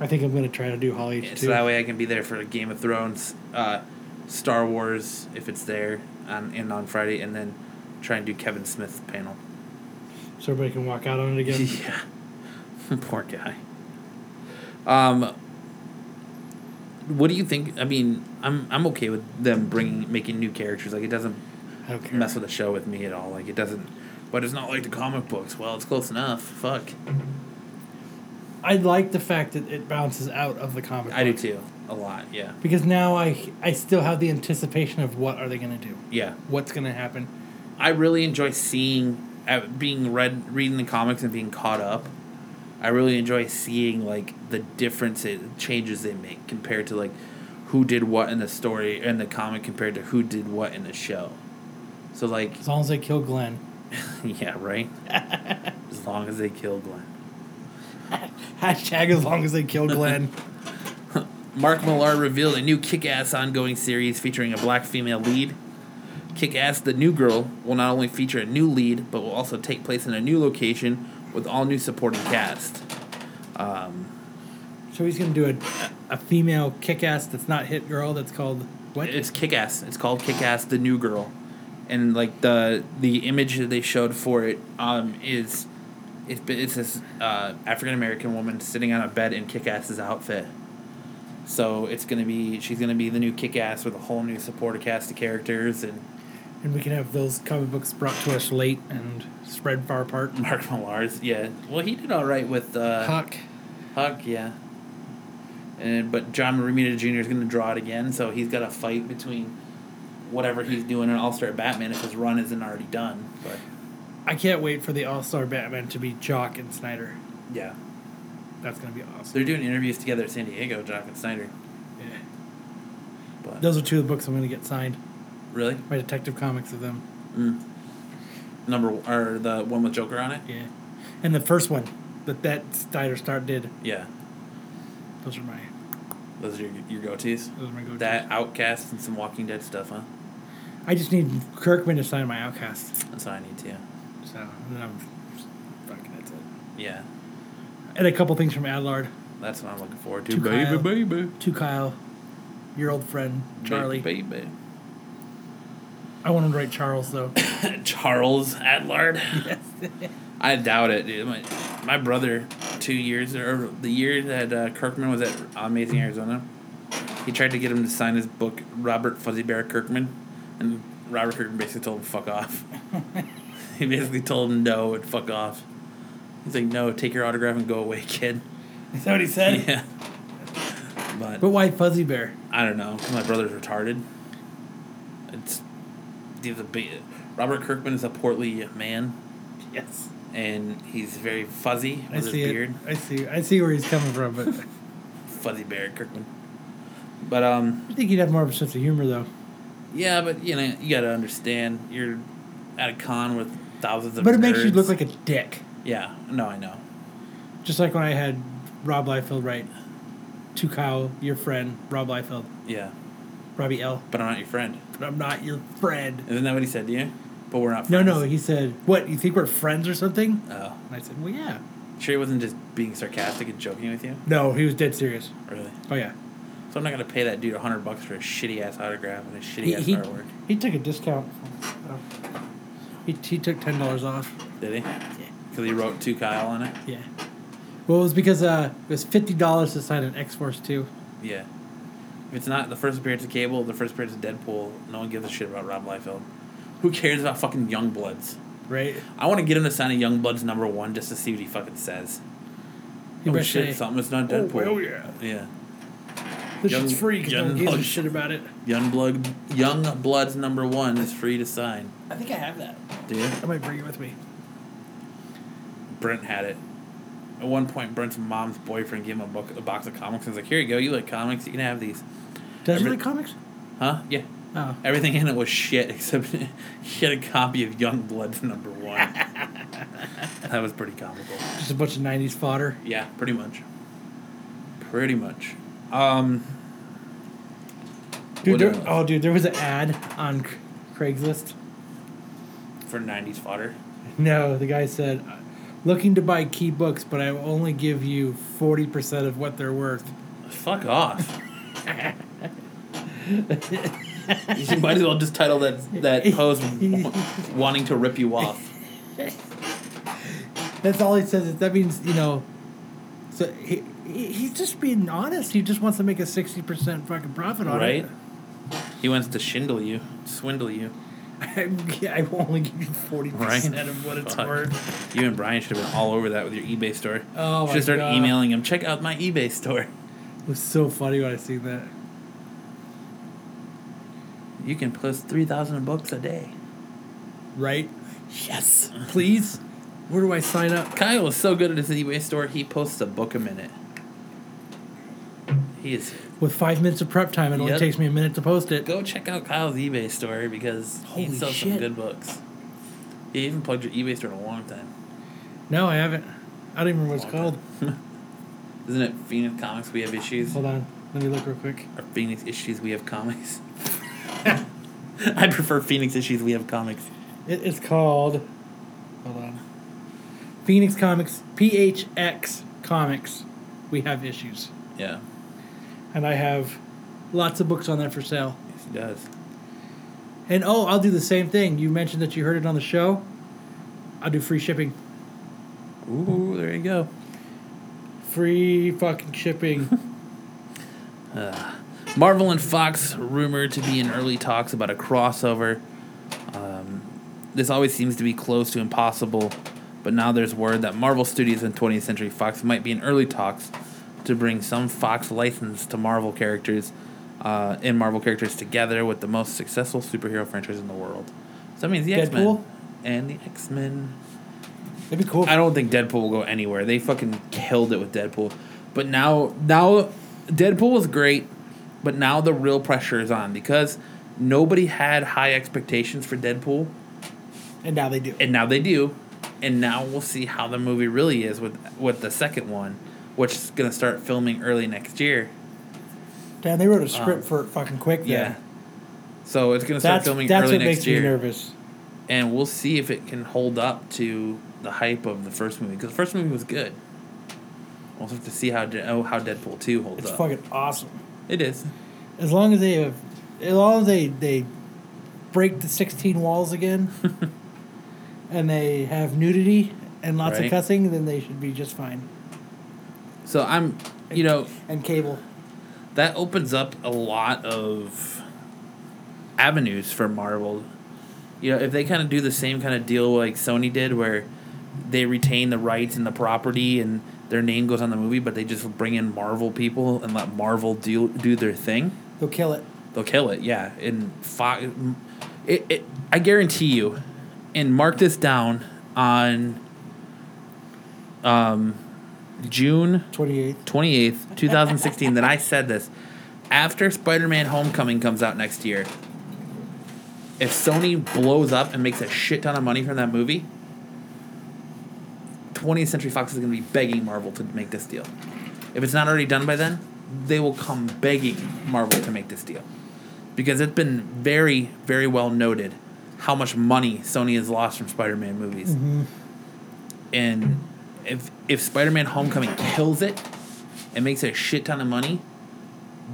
C: I think I'm gonna try to do haul each
B: Yeah,
C: too.
B: so that way I can be there for Game of Thrones, uh, Star Wars if it's there, on, and on Friday, and then try and do Kevin Smith's panel.
C: so everybody can walk out on it again.
B: Yeah. Poor guy. Um what do you think? I mean, I'm I'm okay with them bringing making new characters. Like it doesn't
C: I don't care.
B: mess with the show with me at all. Like it doesn't but it's not like the comic books. Well, it's close enough. Fuck.
C: I like the fact that it bounces out of the comic.
B: I do
C: book.
B: too. A lot. Yeah.
C: Because now I I still have the anticipation of what are they gonna do,
B: Yeah.
C: what's gonna happen.
B: I really enjoy seeing uh, being read reading the comics and being caught up. I really enjoy seeing like the differences changes they make compared to like who did what in the story in the comic compared to who did what in the show. So like
C: As long as they kill Glenn,
B: yeah, right? as long as they kill Glenn.
C: hashtag as long as they kill Glenn.
B: Mark Millar revealed a new Kick Ass ongoing series featuring a black female lead. Kick Ass The New Girl will not only feature a new lead, but will also take place in a new location with all new supporting cast. Um,
C: so he's gonna do a a female kick ass that's not hit girl that's called what?
B: it's Kick Ass. It's called Kick Ass The New Girl. And like the the image that they showed for it um, is it's, it's this uh, African American woman sitting on a bed in Kick Ass's outfit. So it's gonna be she's gonna be the new Kick Ass with a whole new supporting cast of characters and
C: and we can have those comic books brought to us late and spread far apart.
B: Mark Millar's, yeah. Well, he did all right with uh, Huck.
C: Huck.
B: yeah. And but John Romita Jr. is going to draw it again, so he's got a fight between whatever he's doing and All Star Batman if his run isn't already done. But
C: I can't wait for the All Star Batman to be Jock and Snyder.
B: yeah,
C: That's gonna be awesome.
B: they're doing interviews together at San Diego, Jock and Snyder.
C: Yeah.
B: But
C: Those are two of the books I'm gonna get signed.
B: really, Mm.
C: My Detective Comics of them.
B: number or the one with Joker on it?
C: Yeah. And the first one that that Snyder start did.
B: Yeah,
C: Those are my
B: those are your, your go tos.
C: those are my go-tos.
B: That Outcast and some Walking Dead stuff, huh?
C: I just need Kirkman to sign my Outcast.
B: That's what I need to.
C: So and then I'm fucking that's it.
B: Yeah,
C: And a couple things from Adlard
B: that's what I'm looking forward
C: To
B: to.
C: Kyle.
B: baby,
C: to Kyle, your old friend Charlie.
B: baby. baby.
C: I want him to write Charles though.
B: Charles Adlard. I doubt it, dude. My, my brother, two years or the year that uh, Kirkman was at Amazing Arizona, he tried to get him to sign his book, Robert Fuzzy Bear Kirkman, and Robert Kirkman basically told him fuck off. he basically told him no and fuck off. He's like, no, take your autograph and go away, kid.
C: Is that what he said?
B: yeah. But
C: But why Fuzzy Bear?
B: I don't know. 'cause my brother's retarded. It's he's a big, Robert Kirkman is a portly man,
C: Yes. and
B: and he's very fuzzy with
C: I
B: his
C: see
B: beard.
C: it. I see. I see where he's coming from, but
B: Fuzzy Bear Kirkman. But um,
C: I think he'd have more of a sense of humor though.
B: Yeah, but you know you gotta understand you're at a con with thousands of.
C: But it makes you
B: nerds.
C: look like a dick.
B: Yeah, no, I know.
C: Just like when I had Rob Liefeld write to Kyle, your friend, Rob Liefeld,
B: Yeah,
C: Robbie L.
B: but I'm not your friend.
C: But I'm not your friend.
B: Isn't that what he said to you? But we're not.
C: No,
B: Friends.
C: no. He said, "What? You think we're friends or something?"
B: Oh,
C: And I said, "Well, yeah."
B: sure, he wasn't just being sarcastic and joking with you.
C: No, he was dead serious.
B: Really?
C: Oh yeah.
B: So I'm not gonna pay that dude hundred bucks for a shitty ass autograph and a
C: He,
B: shitty ass
C: he,
B: artwork.
C: he took a discount. He, he took ten dollars off.
B: Did he? Because he wrote to Kyle on it.
C: Yeah. Well, it was because uh, it was fifty dollars to sign an X Force two.
B: Yeah. If it's not the first appearance of Cable, the first appearance of Deadpool, no one gives a shit about Rob Liefeld. Who cares about fucking Young Bloods?
C: Right.
B: I want to get him to sign a Young Bloods number one just to see what he fucking says.
C: He
B: oh
C: would
B: shit,
C: say,
B: something that's not
C: "Oh,
B: Deadpool.
C: well, yeah.
B: Yeah.
C: This
B: Young-
C: shit's free because no one
B: young
C: gives a
B: bugs.
C: shit about it.
B: Young, blood, Young Bloods number one is free to sign.
C: I think I have that.
B: Do you?
C: I might bring it with me.
B: Brent had it. At one point, Brent's mom's boyfriend gave him a, book, a box of comics and was like, here you go, you like comics, you can have these.
C: Does he
B: Every-
C: like comics?
B: Huh? Yeah.
C: Oh.
B: Everything in it was shit except he had a copy of Young Bloods number one. that was pretty comical.
C: Just a bunch of 90s fodder.
B: Yeah, pretty much. Pretty much. Um,
C: Dude,
B: What
C: there,
B: else?
C: oh, dude, there was an ad on Cra- Craigslist.
B: for 90s fodder.
C: No, the guy said, looking to buy key books, but I will only give you 40% of what they're worth.
B: Fuck off. you might as well just title that that post wanting to rip you off.
C: That's all he says. That means, you know, so he, he, he's just being honest. He just wants to make a 60% fucking profit on
B: Right?
C: it.
B: He wants to shindle you, swindle you.
C: I will only give you 40%
B: Right?
C: of what it's
B: Fuck.
C: worth.
B: You and Brian should have been all over that with your eBay store.
C: Oh
B: should
C: my
B: have started
C: God.
B: emailing him. Check out my eBay store.
C: It was so funny when I seen that.
B: You can post three thousand books a day.
C: Right?
B: Yes.
C: Please? Where do I sign up?
B: Kyle is so good at his eBay store. He posts a book a minute. He is.
C: With five minutes of prep time, it only
B: Yep.
C: takes me a minute to post it.
B: Go check out Kyle's eBay store because he
C: Holy
B: sells some
C: shit.
B: good books. You even plugged your eBay store in a long time.
C: No, I haven't. I don't even remember what it's
B: Long
C: called.
B: Isn't it Phoenix Comics? We have issues.
C: Hold on. Let me look real quick.
B: Or Phoenix issues? We have comics. I prefer Phoenix issues. We have comics.
C: It is called. Hold on. Phoenix Comics, PHX Comics. We have issues.
B: Yeah,
C: And I have lots of books on that for sale.
B: yes, he does.
C: And oh, I'll do the same thing. You mentioned that you heard it on the show. I'll do free shipping.
B: Ooh, there you go.
C: Free fucking shipping.
B: Marvel and Fox rumored to be in early talks about a crossover. Um, this always seems to be close to impossible, but now there's word that Marvel Studios and 20th Century Fox might be in early talks to bring some Fox license to Marvel characters uh, and Marvel characters together with the most successful superhero franchise in the world. So that means the X Men
C: Deadpool?
B: and the X Men.
C: That'd be cool.
B: I don't think Deadpool will go anywhere. They fucking killed it with Deadpool. But now now Deadpool was great, but now the real pressure is on because nobody had high expectations for Deadpool
C: And now they do.
B: and now they do. And now we'll see how the movie really is with with the second one, which is going to start filming early next year.
C: Damn, they wrote a script for it fucking quick. then.
B: Yeah. So it's going to start
C: That's,
B: filming
C: that's
B: early
C: what
B: next
C: makes
B: year.
C: me nervous.
B: and we'll see if it can hold up to the hype of the first movie because the first movie was good. We'll have to see how De- oh, how Deadpool two holds
C: It's
B: up.
C: fucking awesome.
B: It is.
C: As long as they have, as long as they they break the sixteen walls again, and they have nudity and lots
B: Right.
C: of cussing, then they should be just fine.
B: So I'm, you know,
C: And cable,
B: that opens up a lot of avenues for Marvel. You know, if they kind of do the same kind of deal like Sony did, where they retain the rights and the property and their name goes on the movie, but they just bring in Marvel people and let Marvel do do their thing.
C: they'll kill it.
B: They'll kill it, yeah. And Fox, it, it, I guarantee you, and mark this down on um, June
C: Twenty eighth.
B: 28th, 2016, that I said this. After Spider Man Homecoming comes out next year, If Sony blows up and makes a shit ton of money from that movie, 20th Century Fox is going to be begging Marvel to make this deal. If it's not already done by then, they will come begging Marvel to make this deal. Because it's been very, very well noted how much money Sony has lost from Spider Man movies.
C: Mm-hmm.
B: And if, if Spider Man Homecoming kills it and makes a shit ton of money,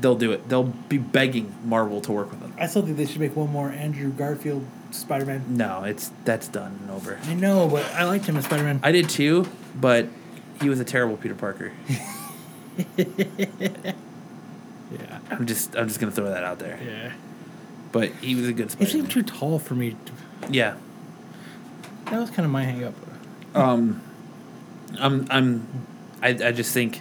B: they'll do it. They'll be begging Marvel to work with them.
C: I still think they should make one more Andrew Garfield Spider Man.
B: No, it's that's done and over.
C: I know, but I liked him as Spider Man.
B: I did too, but he was a terrible Peter Parker.
C: Yeah.
B: I'm just I'm just gonna throw that out there.
C: Yeah.
B: But he was a good
C: He
B: Spider.
C: seemed too tall for me. to-
B: yeah.
C: That was kind of my hang up.
B: Um, I'm I'm I I just think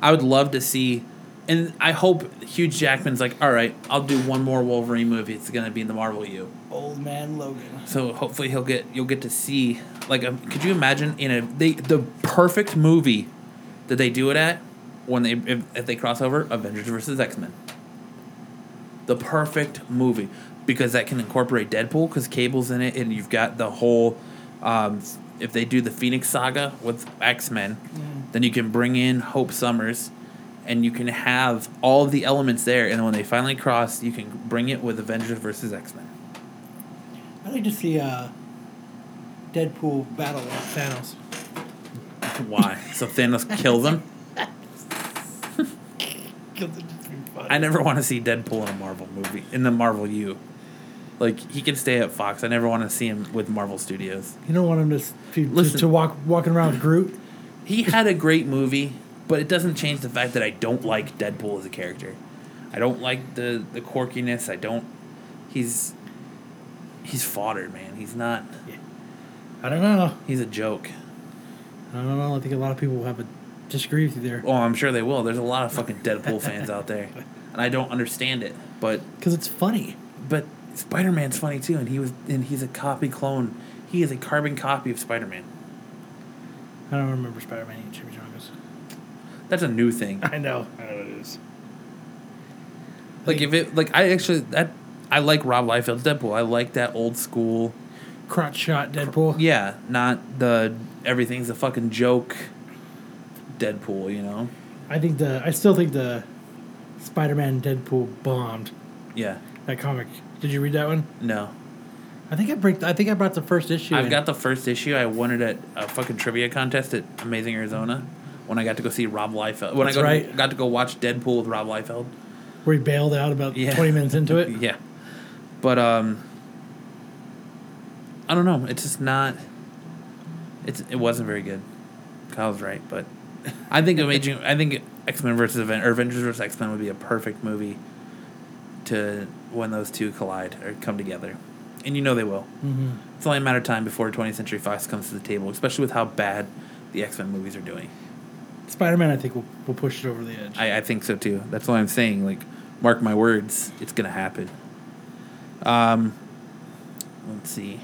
B: I would love to see, and I hope Hugh Jackman's like, all right, I'll do one more Wolverine movie. It's gonna be in the Marvel U.
C: Old man Logan.
B: So hopefully he'll get you'll get to see like um, could you imagine in a they the perfect movie that they do it at when they if, if they cross over Avengers versus X Men. The perfect movie because that can incorporate Deadpool because Cable's in it and you've got the whole um, if they do the Phoenix Saga with X Men, then you can bring in Hope Summers. And you can have all of the elements there, and when they finally cross, you can bring it with Avengers versus X Men.
C: I'd like to see uh, Deadpool battle with Thanos.
B: Why? So Thanos kills him? I never want to see Deadpool in a Marvel movie, in the Marvel U. Like, he can stay at Fox. I never want to see him with Marvel Studios.
C: You don't want him to s- to, to,
B: Listen.
C: to walk walking around with Groot.
B: He had a great movie, but it doesn't change the fact that I don't like Deadpool as a character. I don't like the, the quirkiness. I don't. He's. He's fodder, man. He's not.
C: I don't know.
B: He's a joke.
C: I don't know. I think a lot of people have a disagree with you there
B: Oh, I'm sure they will. There's a lot of fucking Deadpool fans out there. And I don't understand it, but
C: because it's funny.
B: But Spider Man's funny too, and he was and he's a copy clone. He is a carbon copy of Spider Man.
C: I don't remember Spider Man eating chimichangas.
B: That's a new thing.
C: I know. I know what it is.
B: Like if it like I actually that I like Rob Liefeld's Deadpool. I like that old school.
C: Crotch shot Deadpool.
B: Yeah, not the everything's a fucking joke. Deadpool, you know.
C: I think the I still think the Spider Man Deadpool bombed
B: Yeah.
C: that comic. Did you read that one?
B: No.
C: I think I break. I think I brought the first issue.
B: I've
C: in.
B: got the first issue. I won it at a fucking trivia contest at Amazing Arizona when I got to go see Rob Liefeld. When
C: That's
B: I got,
C: right.
B: got to go watch Deadpool with Rob Liefeld.
C: where he bailed out about
B: Yeah.
C: twenty minutes into it.
B: Yeah. But um I don't know, it's just not it's it wasn't very good. Kyle's right, but I think Amazing I think X Men versus Aven- or Avengers versus X Men would be a perfect movie to when those two collide or come together. And you know they will.
C: Mm-hmm.
B: It's only a matter of time before 20th Century Fox comes to the table, especially with how bad the X Men movies are doing.
C: Spider Man, I think will will push it over the edge.
B: I, I think so too. That's why I'm saying, like, mark my words, it's gonna happen. Um, let's see.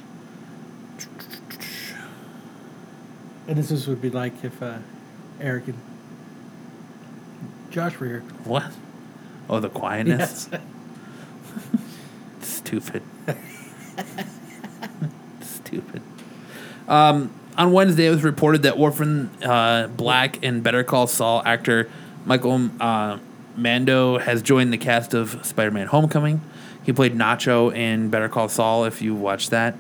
C: and this is would be like if uh, Eric and Josh were here.
B: What? Oh, the quietness. Stupid. Stupid. Um, on Wednesday, it was reported that Orphan uh, Black and Better Call Saul actor Michael uh, Mando has joined the cast of Spider Man Homecoming. He played Nacho in Better Call Saul, if you watched that.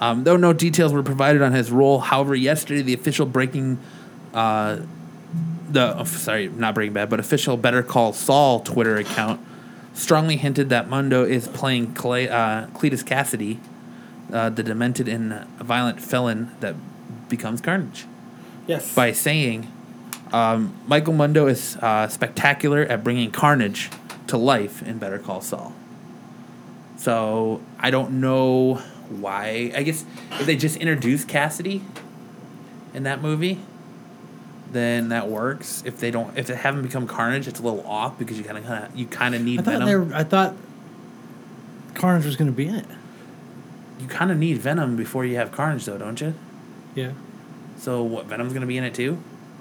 B: Um, though no details were provided on his role, however, yesterday the official breaking uh, the oh, sorry, not Breaking Bad, but official Better Call Saul Twitter account strongly hinted that Mundo is playing Clay, uh, Cletus Cassidy, uh, the demented and violent felon that becomes Carnage,
C: Yes.
B: by saying, um, "Michael Mundo is uh, spectacular at bringing Carnage to life in Better Call Saul." So I don't know why. I guess if they just introduce Cassidy in that movie, then that works. If they don't, if they haven't become Carnage, it's a little off because you kind of, kind of, you kind of need
C: I thought
B: Venom.
C: they were, I thought Carnage was going to be in it.
B: You kind of need Venom before you have Carnage, though, don't you?
C: Yeah.
B: So what? Venom's gonna be in it too.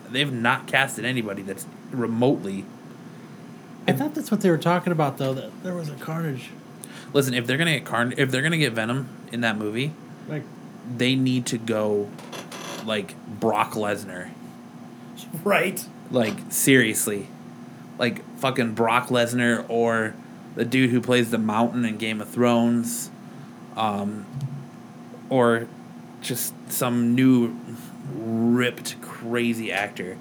B: They've not casted anybody that's remotely.
C: I thought that's what they were talking about though. That there was a Carnage.
B: Listen, if they're gonna get Carn, if they're gonna get Venom in that movie,
C: Like,
B: they need to go like Brock Lesnar.
D: Right.
B: Like seriously, like fucking Brock Lesnar or the dude who plays the Mountain in Game of Thrones, um, or just some new ripped crazy actor,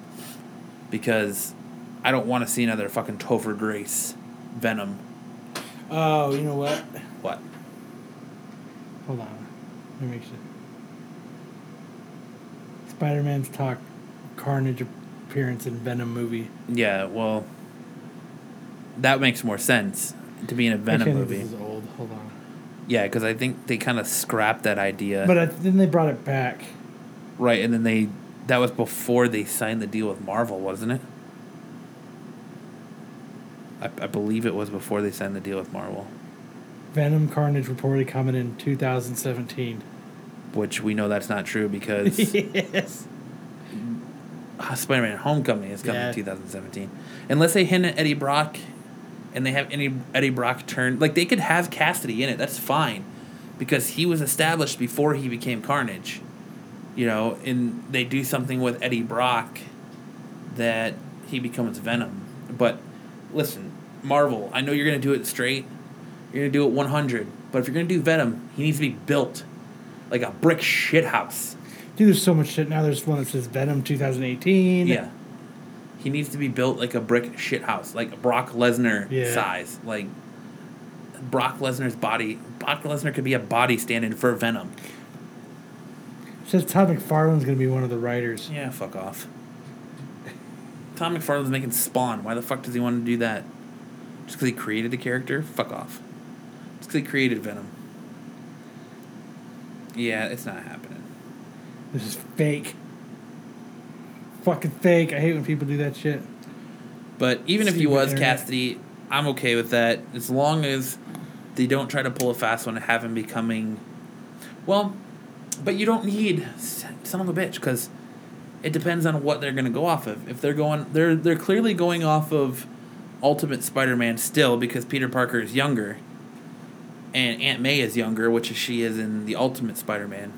B: because I don't want to see another fucking Topher Grace Venom.
C: oh, you know what?
B: What?
C: Hold on. Let me make sure. Spider Man's talk Carnage appearance in Venom movie.
B: Yeah, well, that makes more sense to be in a Venom
C: Actually, I think
B: movie.
C: This is old. Hold on.
B: Yeah, because I think they kind of scrapped that idea,
C: But uh, I, then they brought it back.
B: right? And then they that was before they signed the deal with Marvel, wasn't it? I, I believe it was before they signed the deal with Marvel,
C: Venom Carnage reportedly coming in 2017.
B: which we know that's not true because
C: yes.
B: Ah, Spider-Man: Homecoming is coming
C: Yeah.
B: in 2017. Unless they hint at Eddie Brock, and they have any Eddie Brock turn like they could have Cassidy in it. That's fine, because he was established before he became Carnage. You know, and they do something with Eddie Brock that he becomes Venom. But listen, Marvel, I know you're gonna do it straight. You're gonna do it 100. But if you're gonna do Venom, he needs to be built like a brick shit house.
C: Dude, there's so much shit now. There's one that says Venom 2018.
B: Yeah. He needs to be built like a brick shit house, like Brock Lesnar
C: Yeah.
B: size. Like Brock Lesnar's body. Brock Lesnar could be a body stand-in for Venom.
C: It says Todd McFarlane's going to be one of the writers.
B: Yeah, fuck off. Tom McFarlane's making Spawn. Why the fuck does he want to do that? Just because he created the character? Fuck off. Just because he created Venom. Yeah, it's not happening.
C: This is fake. Fucking fake. I hate when people do that shit.
B: But even if he
C: Stupid
B: was
C: internet.
B: Cassidy, I'm okay with that as long as they don't try to pull a fast one and have him becoming. Well, but you don't need s- son of a bitch because it depends on what they're going to go off of. If they're going, they're they're clearly going off of Ultimate Spider-Man still because Peter Parker is younger, and Aunt May is younger, which she is in the Ultimate Spider-Man.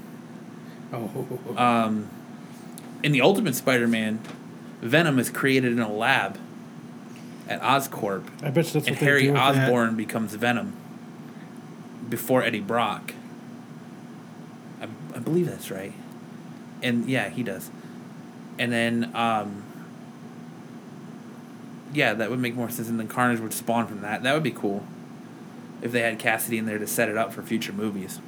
C: Oh.
B: Um, in the Ultimate Spider-Man, Venom is created in a lab at Oscorp,
C: I bet you that's
B: and
C: what they
B: Harry
C: do with that.
B: Osborn becomes Venom before Eddie Brock. I, I believe that's right, and yeah, he does. And then, um, yeah, that would make more sense. And then Carnage would spawn from that. That would be cool if they had Cassidy in there to set it up for future movies.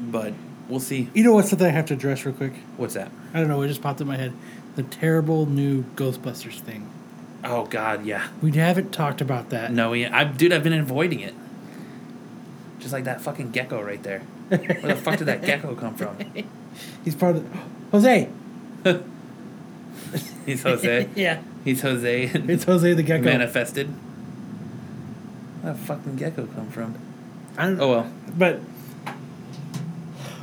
B: But we'll see.
C: You know what's something I have to address real quick?
B: What's that?
C: I don't know. It just popped in my head. The terrible new Ghostbusters thing.
B: Oh God, yeah.
C: We haven't talked about that.
B: No, yeah. I dude, I've been avoiding it. Just like that fucking gecko right there. Where the fuck did that gecko come from?
C: He's part of the, Jose.
B: He's Jose.
C: yeah.
B: He's Jose.
C: It's Jose the Gecko.
B: manifested. Where the fucking gecko come from?
C: I don't
B: Oh well.
C: But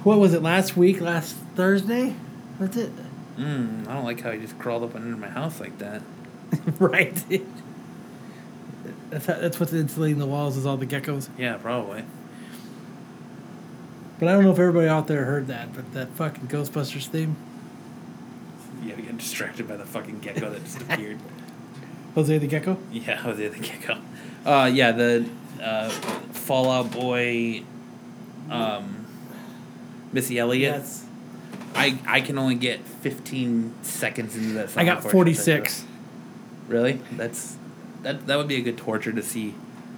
C: what was it last week? Last Thursday? That's it.
B: Mm, I don't like how he just crawled up under my house like that.
C: right. that's how, that's what's insulating the walls is all the geckos.
B: Yeah, probably.
C: But I don't know if everybody out there heard that, but that fucking Ghostbusters theme,
B: You had to get distracted by the fucking gecko that just appeared.
C: Jose the Gecko.
B: Yeah, Jose the Gecko. Uh, yeah, the uh, Fallout Boy, um, Missy Elliott. I I can only get 15 seconds into that. Song
C: I got
B: before
C: forty
B: shuts it
C: six.
B: off. Really? That's that. That would be a good torture to see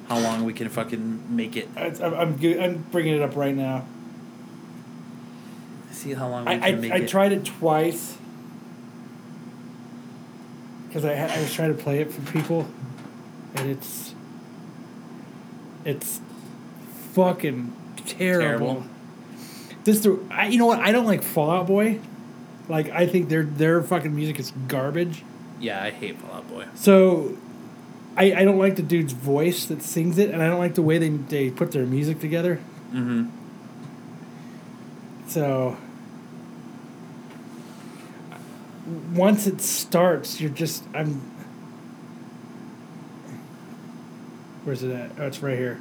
B: how long we can fucking make it.
C: I'm I'm, gi- I'm bringing it up right now.
B: See how long we
C: I,
B: can make
C: I, I
B: it.
C: tried it twice because I, had- I was trying to play it for people, and it's it's fucking terrible.
B: Terrible.
C: This through I you know what I don't like Fallout Boy, like I think their their fucking music is garbage.
B: Yeah, I hate Fallout Boy.
C: So. I, I don't like the dude's voice that sings it, and I don't like the way they, they put their music together.
B: Mm-hmm.
C: So once it starts, you're just I'm Where's it at? Oh, it's right here.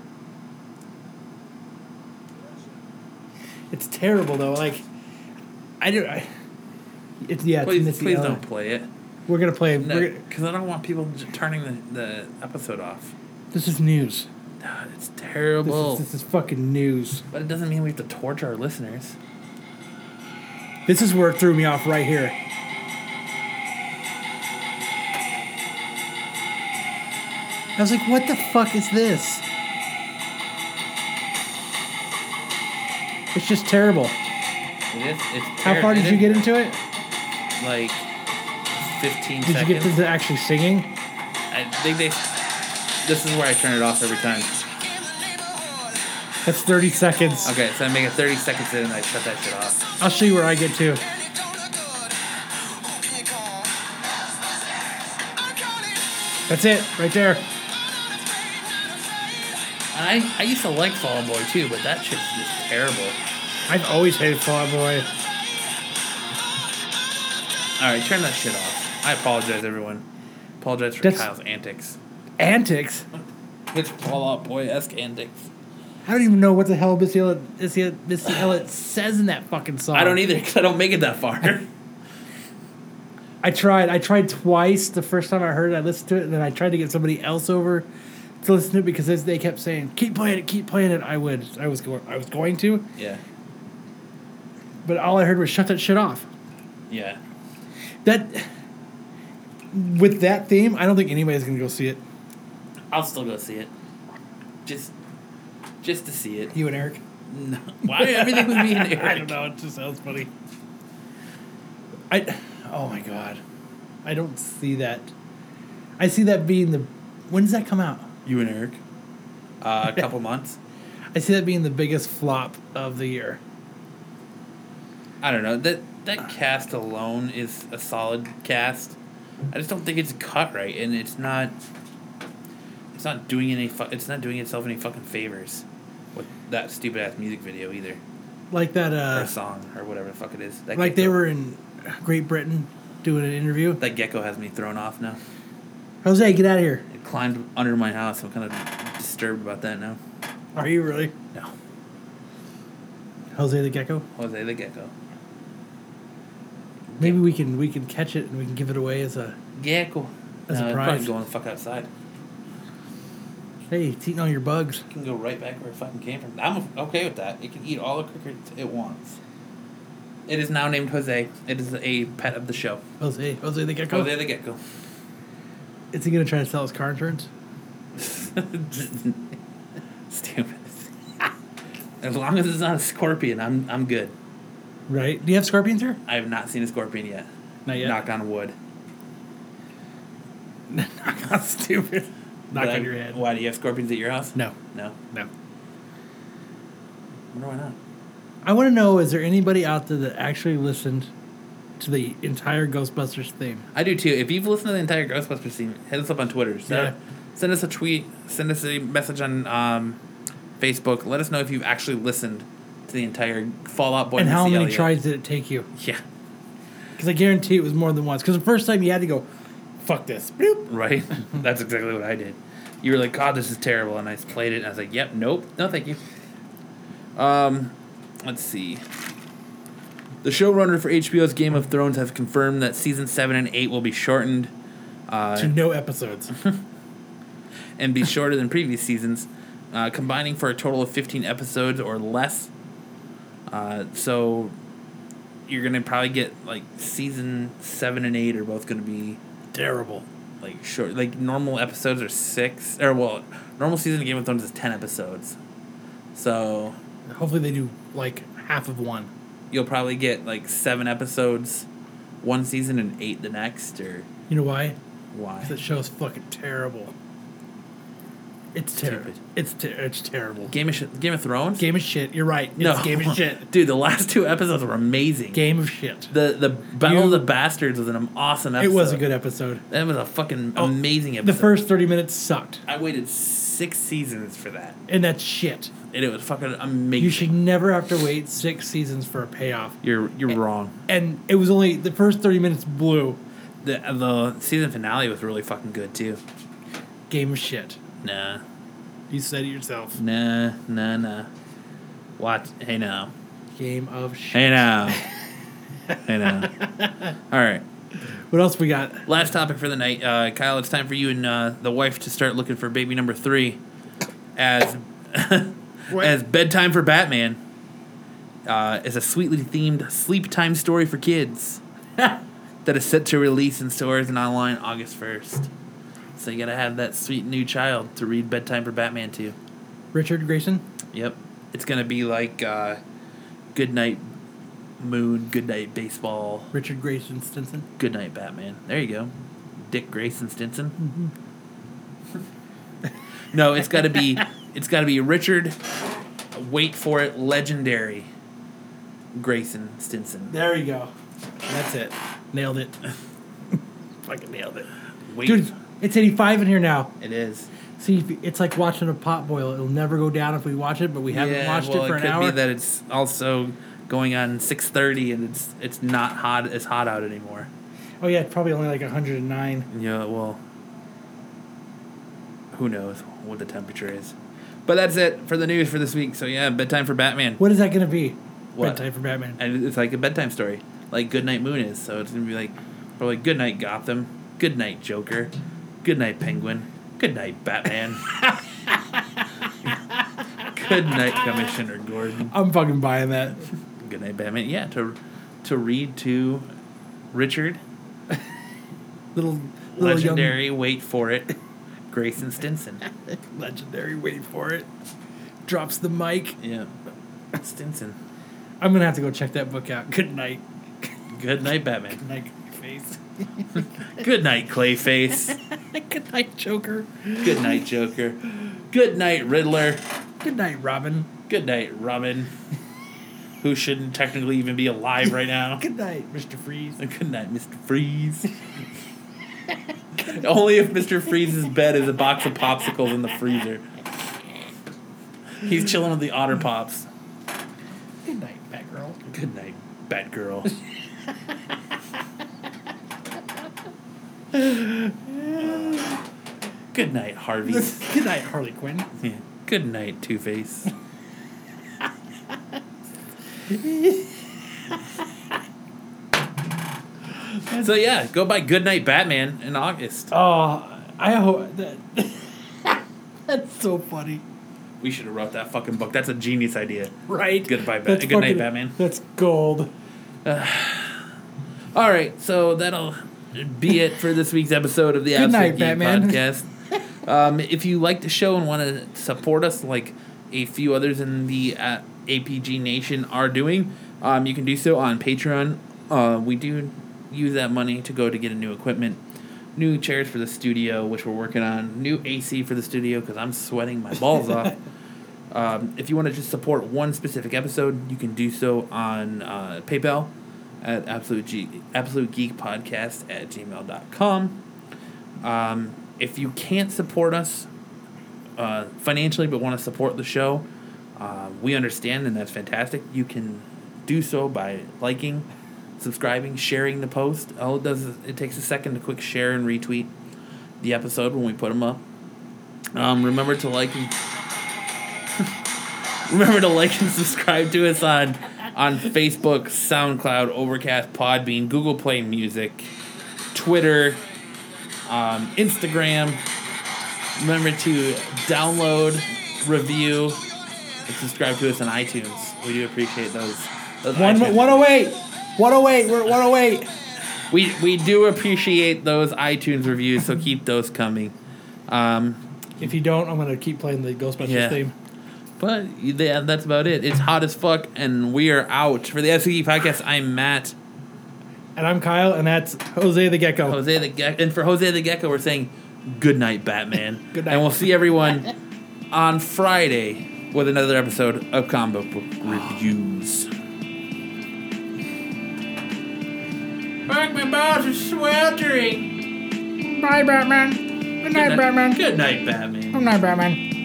C: It's terrible though. Like, I do. I, it's yeah. It's
B: please
C: Missy
B: please
C: Elliott.
B: don't play it.
C: We're gonna play. We're, gonna-
B: Because I don't want people j- turning the, the episode off.
C: this is news.
B: God, it's
C: This
B: terrible.
C: is, this is fucking news.
B: but it doesn't mean we have to torture our listeners.
C: This is where it threw me off right here. I was like, what the fuck is this? It's just terrible.
B: It is. It's
C: How far did you get into it?
B: Like 15
C: Did
B: seconds.
C: you get to the actually singing?
B: I think they. This is where I turn it off every time.
C: That's 30 seconds.
B: Okay, so I make it 30 seconds in and I shut that shit off.
C: I'll show you where I get to. That's it, right there.
B: I, I used to like Fall Out Boy too, but that shit's just terrible.
C: I've always hated Fall Out Boy.
B: All right, turn that shit off. I apologize, everyone. Apologize for
C: That's-
B: Kyle's antics.
C: Antics?
B: It's Fall Out Boy esque antics.
C: I don't even know what the hell Missy Elliott, Missy Elliott, Missy Elliott says in that fucking song.
B: I don't either because I don't make it that far.
C: I tried. I tried twice. The first time I heard it, I listened to it, and then I tried to get somebody else over to listen to it because as they kept saying, "Keep playing it, keep playing it." I would. I was going. I was going to,
B: yeah.
C: but all I heard was "shut that shit off."
B: Yeah.
C: That with that theme, I don't think anybody's gonna go see it.
B: I'll still go see it. Just just to see it.
C: You and Eric.
B: No. Why everything with me and Eric?
C: I don't know. It just sounds funny. I. Oh my god. I don't see that. I see that being the. When does that come out?
B: You and Eric? Uh, a couple months.
C: I see that being the biggest flop of the year.
B: I don't know. That that cast alone is a solid cast. I just don't think it's cut right, and it's not. It's not doing any. Fu- it's not doing itself any fucking favors, with that stupid ass music video either,
C: Like that.
B: or
C: Uh,
B: song, or whatever the fuck it is. That
C: like they
B: gecko-
C: were in Great Britain doing an interview.
B: That gecko has me thrown off now.
C: Jose, get out of here.
B: It climbed under my house. I'm kind of disturbed about that now.
C: Are you really?
B: No,
C: Jose the Gecko.
B: Jose the gecko.
C: Maybe we can we can catch it and we can give it away as a
B: Gecko.
C: That's
B: no,
C: a
B: it's
C: prize.
B: probably going the fuck outside.
C: hey, it's eating all your bugs.
B: It can go right back where it fucking came from. I'm okay with that. It can eat all the cricket it wants. It is now named Jose. It is a pet of the show.
C: Jose, Jose the Gecko.
B: Jose the gecko.
C: Is he gonna try to sell his car insurance?
B: Stupid. as long as it's not a scorpion, I'm I'm good.
C: Right. Do you have scorpions here?
B: I have not seen a scorpion yet.
C: Not yet.
B: Knock on wood.
C: Knock on stupid. Knock
B: But I-
C: on your head.
B: Why do you have scorpions at your house?
C: No.
B: No.
C: No.
B: I wonder why not.
C: I want to know: Is there anybody out there that actually listened to the entire Ghostbusters theme?
B: I do too. If you've listened to the entire Ghostbusters scene, hit us up on Twitter. Send,
C: Yeah.
B: send us a tweet. Send us a message on um, Facebook. Let us know if you've actually listened to the entire Fallout Boy.
C: and how
B: Missy
C: many
B: Elliott.
C: tries did it take you?
B: Yeah.
C: Because I guarantee it was more than once. Because the first time you had to go, fuck this. Bloop.
B: Right. That's exactly what I did. You were like, "God, this is terrible," and I just played it, and I was like, "Yep, nope, no, thank you." Um, let's see. The showrunner for HBO's Game of Thrones has confirmed that season seven and eight will be shortened. Uh,
C: To no episodes.
B: and be shorter than previous seasons, uh, combining for a total of 15 episodes or less. Uh, so you're going to probably get like season 7 and 8 are both going to be
C: Terrible.
B: like short. Like normal episodes are 6 or well, normal season of Game of Thrones is 10 episodes. So
C: Hopefully they do like half of one.
B: you'll probably get like 7 episodes one season and 8 the next or
C: You know why?
B: why?
C: Because that show's fucking terrible. It's terrible.
B: Stupid.
C: It's ter- it's terrible.
B: Game of sh- Game of Thrones?
C: Game of shit. You're right. It's game of shit.
B: Dude, the last two episodes were amazing.
C: Game of shit.
B: The the Battle of
C: You-
B: the Bastards was an awesome
C: It
B: episode.
C: was a good episode.
B: That was a fucking
C: Oh,
B: amazing episode.
C: The first 30 minutes sucked.
B: I waited six seasons for that,
C: And that's shit.
B: and it was fucking amazing.
C: You should never have to wait six seasons for a payoff.
B: You're you're
C: Eh.
B: wrong.
C: And it was only the first 30 minutes blew.
B: The the season finale was really fucking good too.
C: Game of shit.
B: Nah,
C: You said it yourself.
B: Nah, nah, nah. Watch. Hey now.
C: Game of shit.
B: Hey now. hey now. All right.
C: What else we got?
B: Last topic for the night, uh, Kyle. It's time for you and uh, the wife to start looking for baby number three, as as bedtime for Batman. Uh, is a sweetly themed sleep time story for kids that is set to release in stores and online August first. So you gotta have that sweet new child to read bedtime for Batman to.
C: Richard Grayson?
B: Yep, it's gonna be like uh, Good Night Moon, Good Night Baseball,
C: Richard Grayson Stinson.
B: Good Night Batman. There you go, Dick Grayson Stinson.
C: Mm-hmm.
B: no, it's got to be it's got to be Richard. Wait for it, legendary. Grayson Stinson.
C: There you go. That's it. Nailed it. Fucking nailed it.
B: Wait,
C: Dude, it's 85 in here now.
B: it is.
C: See, if- it's like watching a pot boil. It'll never go down if we watch it, but we haven't watched
B: well,
C: it for
B: it
C: an
B: could
C: hour.
B: be that it's also going on six thirty, and it's it's not hot as hot out anymore.
C: Oh, yeah, it's probably only like 109.
B: Yeah, well, who knows what the temperature is. But that's it for the news for this week. So yeah, bedtime for Batman.
C: What is that going to be?
B: What?
C: Bedtime for Batman.
B: And it's like a bedtime story, like Goodnight Moon is. So it's gonna be like probably Goodnight Gotham, Goodnight Joker, Goodnight Penguin, Goodnight Batman, Goodnight Commissioner Gordon,
C: I'm fucking buying that.
B: Goodnight Batman. Yeah, to to read to Richard,
C: Little, little
B: legendary. Wait for it, Grayson Stinson.
C: Young, legendary. Wait for it. Drops the mic.
B: Yeah, Stinson.
C: I'm going to have to go check that book out. Good night.
B: Good night, Batman.
C: Night, face.
B: Good night, Clayface.
C: Good night, Joker.
B: Good night, Joker. Good night, Riddler.
C: Good night, Robin.
B: Good night, Robin. Who shouldn't technically even be alive right now.
C: Good night, Mr. Freeze.
B: Good night, Mr. Freeze. Only if Mr. Freeze's bed is a box of popsicles in the freezer. He's chilling with the Otter Pops.
C: Good night, Batgirl.
B: Good night, Batgirl. Good night, Harvey.
C: Good night, Harley Quinn.
B: Yeah. Good night, Two Face. so yeah, go buy Good Night Batman in August.
C: Oh, I hope that. That's so funny.
B: We should have wrote that fucking book. That's a genius idea.
C: Right?
B: Goodbye, Bat-
C: That's
B: Good night,
C: fucking-
B: Batman.
C: That's gold.
B: All right, so that'll be it for this week's episode of the
C: Good
B: Absolute
C: night,
B: Geek
C: Batman.
B: Podcast. Um, if you like the show and want to support us, like a few others in the uh, APG Nation are doing, um, you can do so on Patreon. Uh, we do use that money to go to get a new equipment, new chairs for the studio, which we're working on, new AC for the studio because I'm sweating my balls off. Um, if you want to just support one specific episode, you can do so on uh, PayPal at absolute, Ge- absolute geek podcast at gmail.com. Um, if you can't support us uh, financially but want to support the show, uh, we understand and that's fantastic. You can do so by liking, subscribing, sharing the post. All it does is it takes a second to quick share and retweet the episode when we put them up. Um, remember to like and remember to like and subscribe to us on on Facebook, SoundCloud, Overcast, Podbean, Google Play Music, Twitter, um, Instagram. Remember to download, review, and subscribe to us on iTunes. We do appreciate those. those
C: One,
B: iTunes
C: 108. 108. We're at 108.
B: we we do appreciate those iTunes reviews, so keep those coming. Um,
C: If you don't, I'm going to keep playing the Ghostbusters
B: Yeah.
C: theme.
B: but yeah, that's about it. It's hot as fuck, and we are out for the FCE podcast. I'm Matt
C: And I'm Kyle, and that's Jose the Gecko.
B: Jose the Gecko, and for Jose the Gecko, we're saying good night, Batman.
C: Good night.
B: and we'll see everyone on Friday with another episode of Comic Book Reviews. Fuck, my balls are sweltering.
E: Bye, Batman. Good night, Batman.
B: Good night, Batman.
E: Good night, Batman.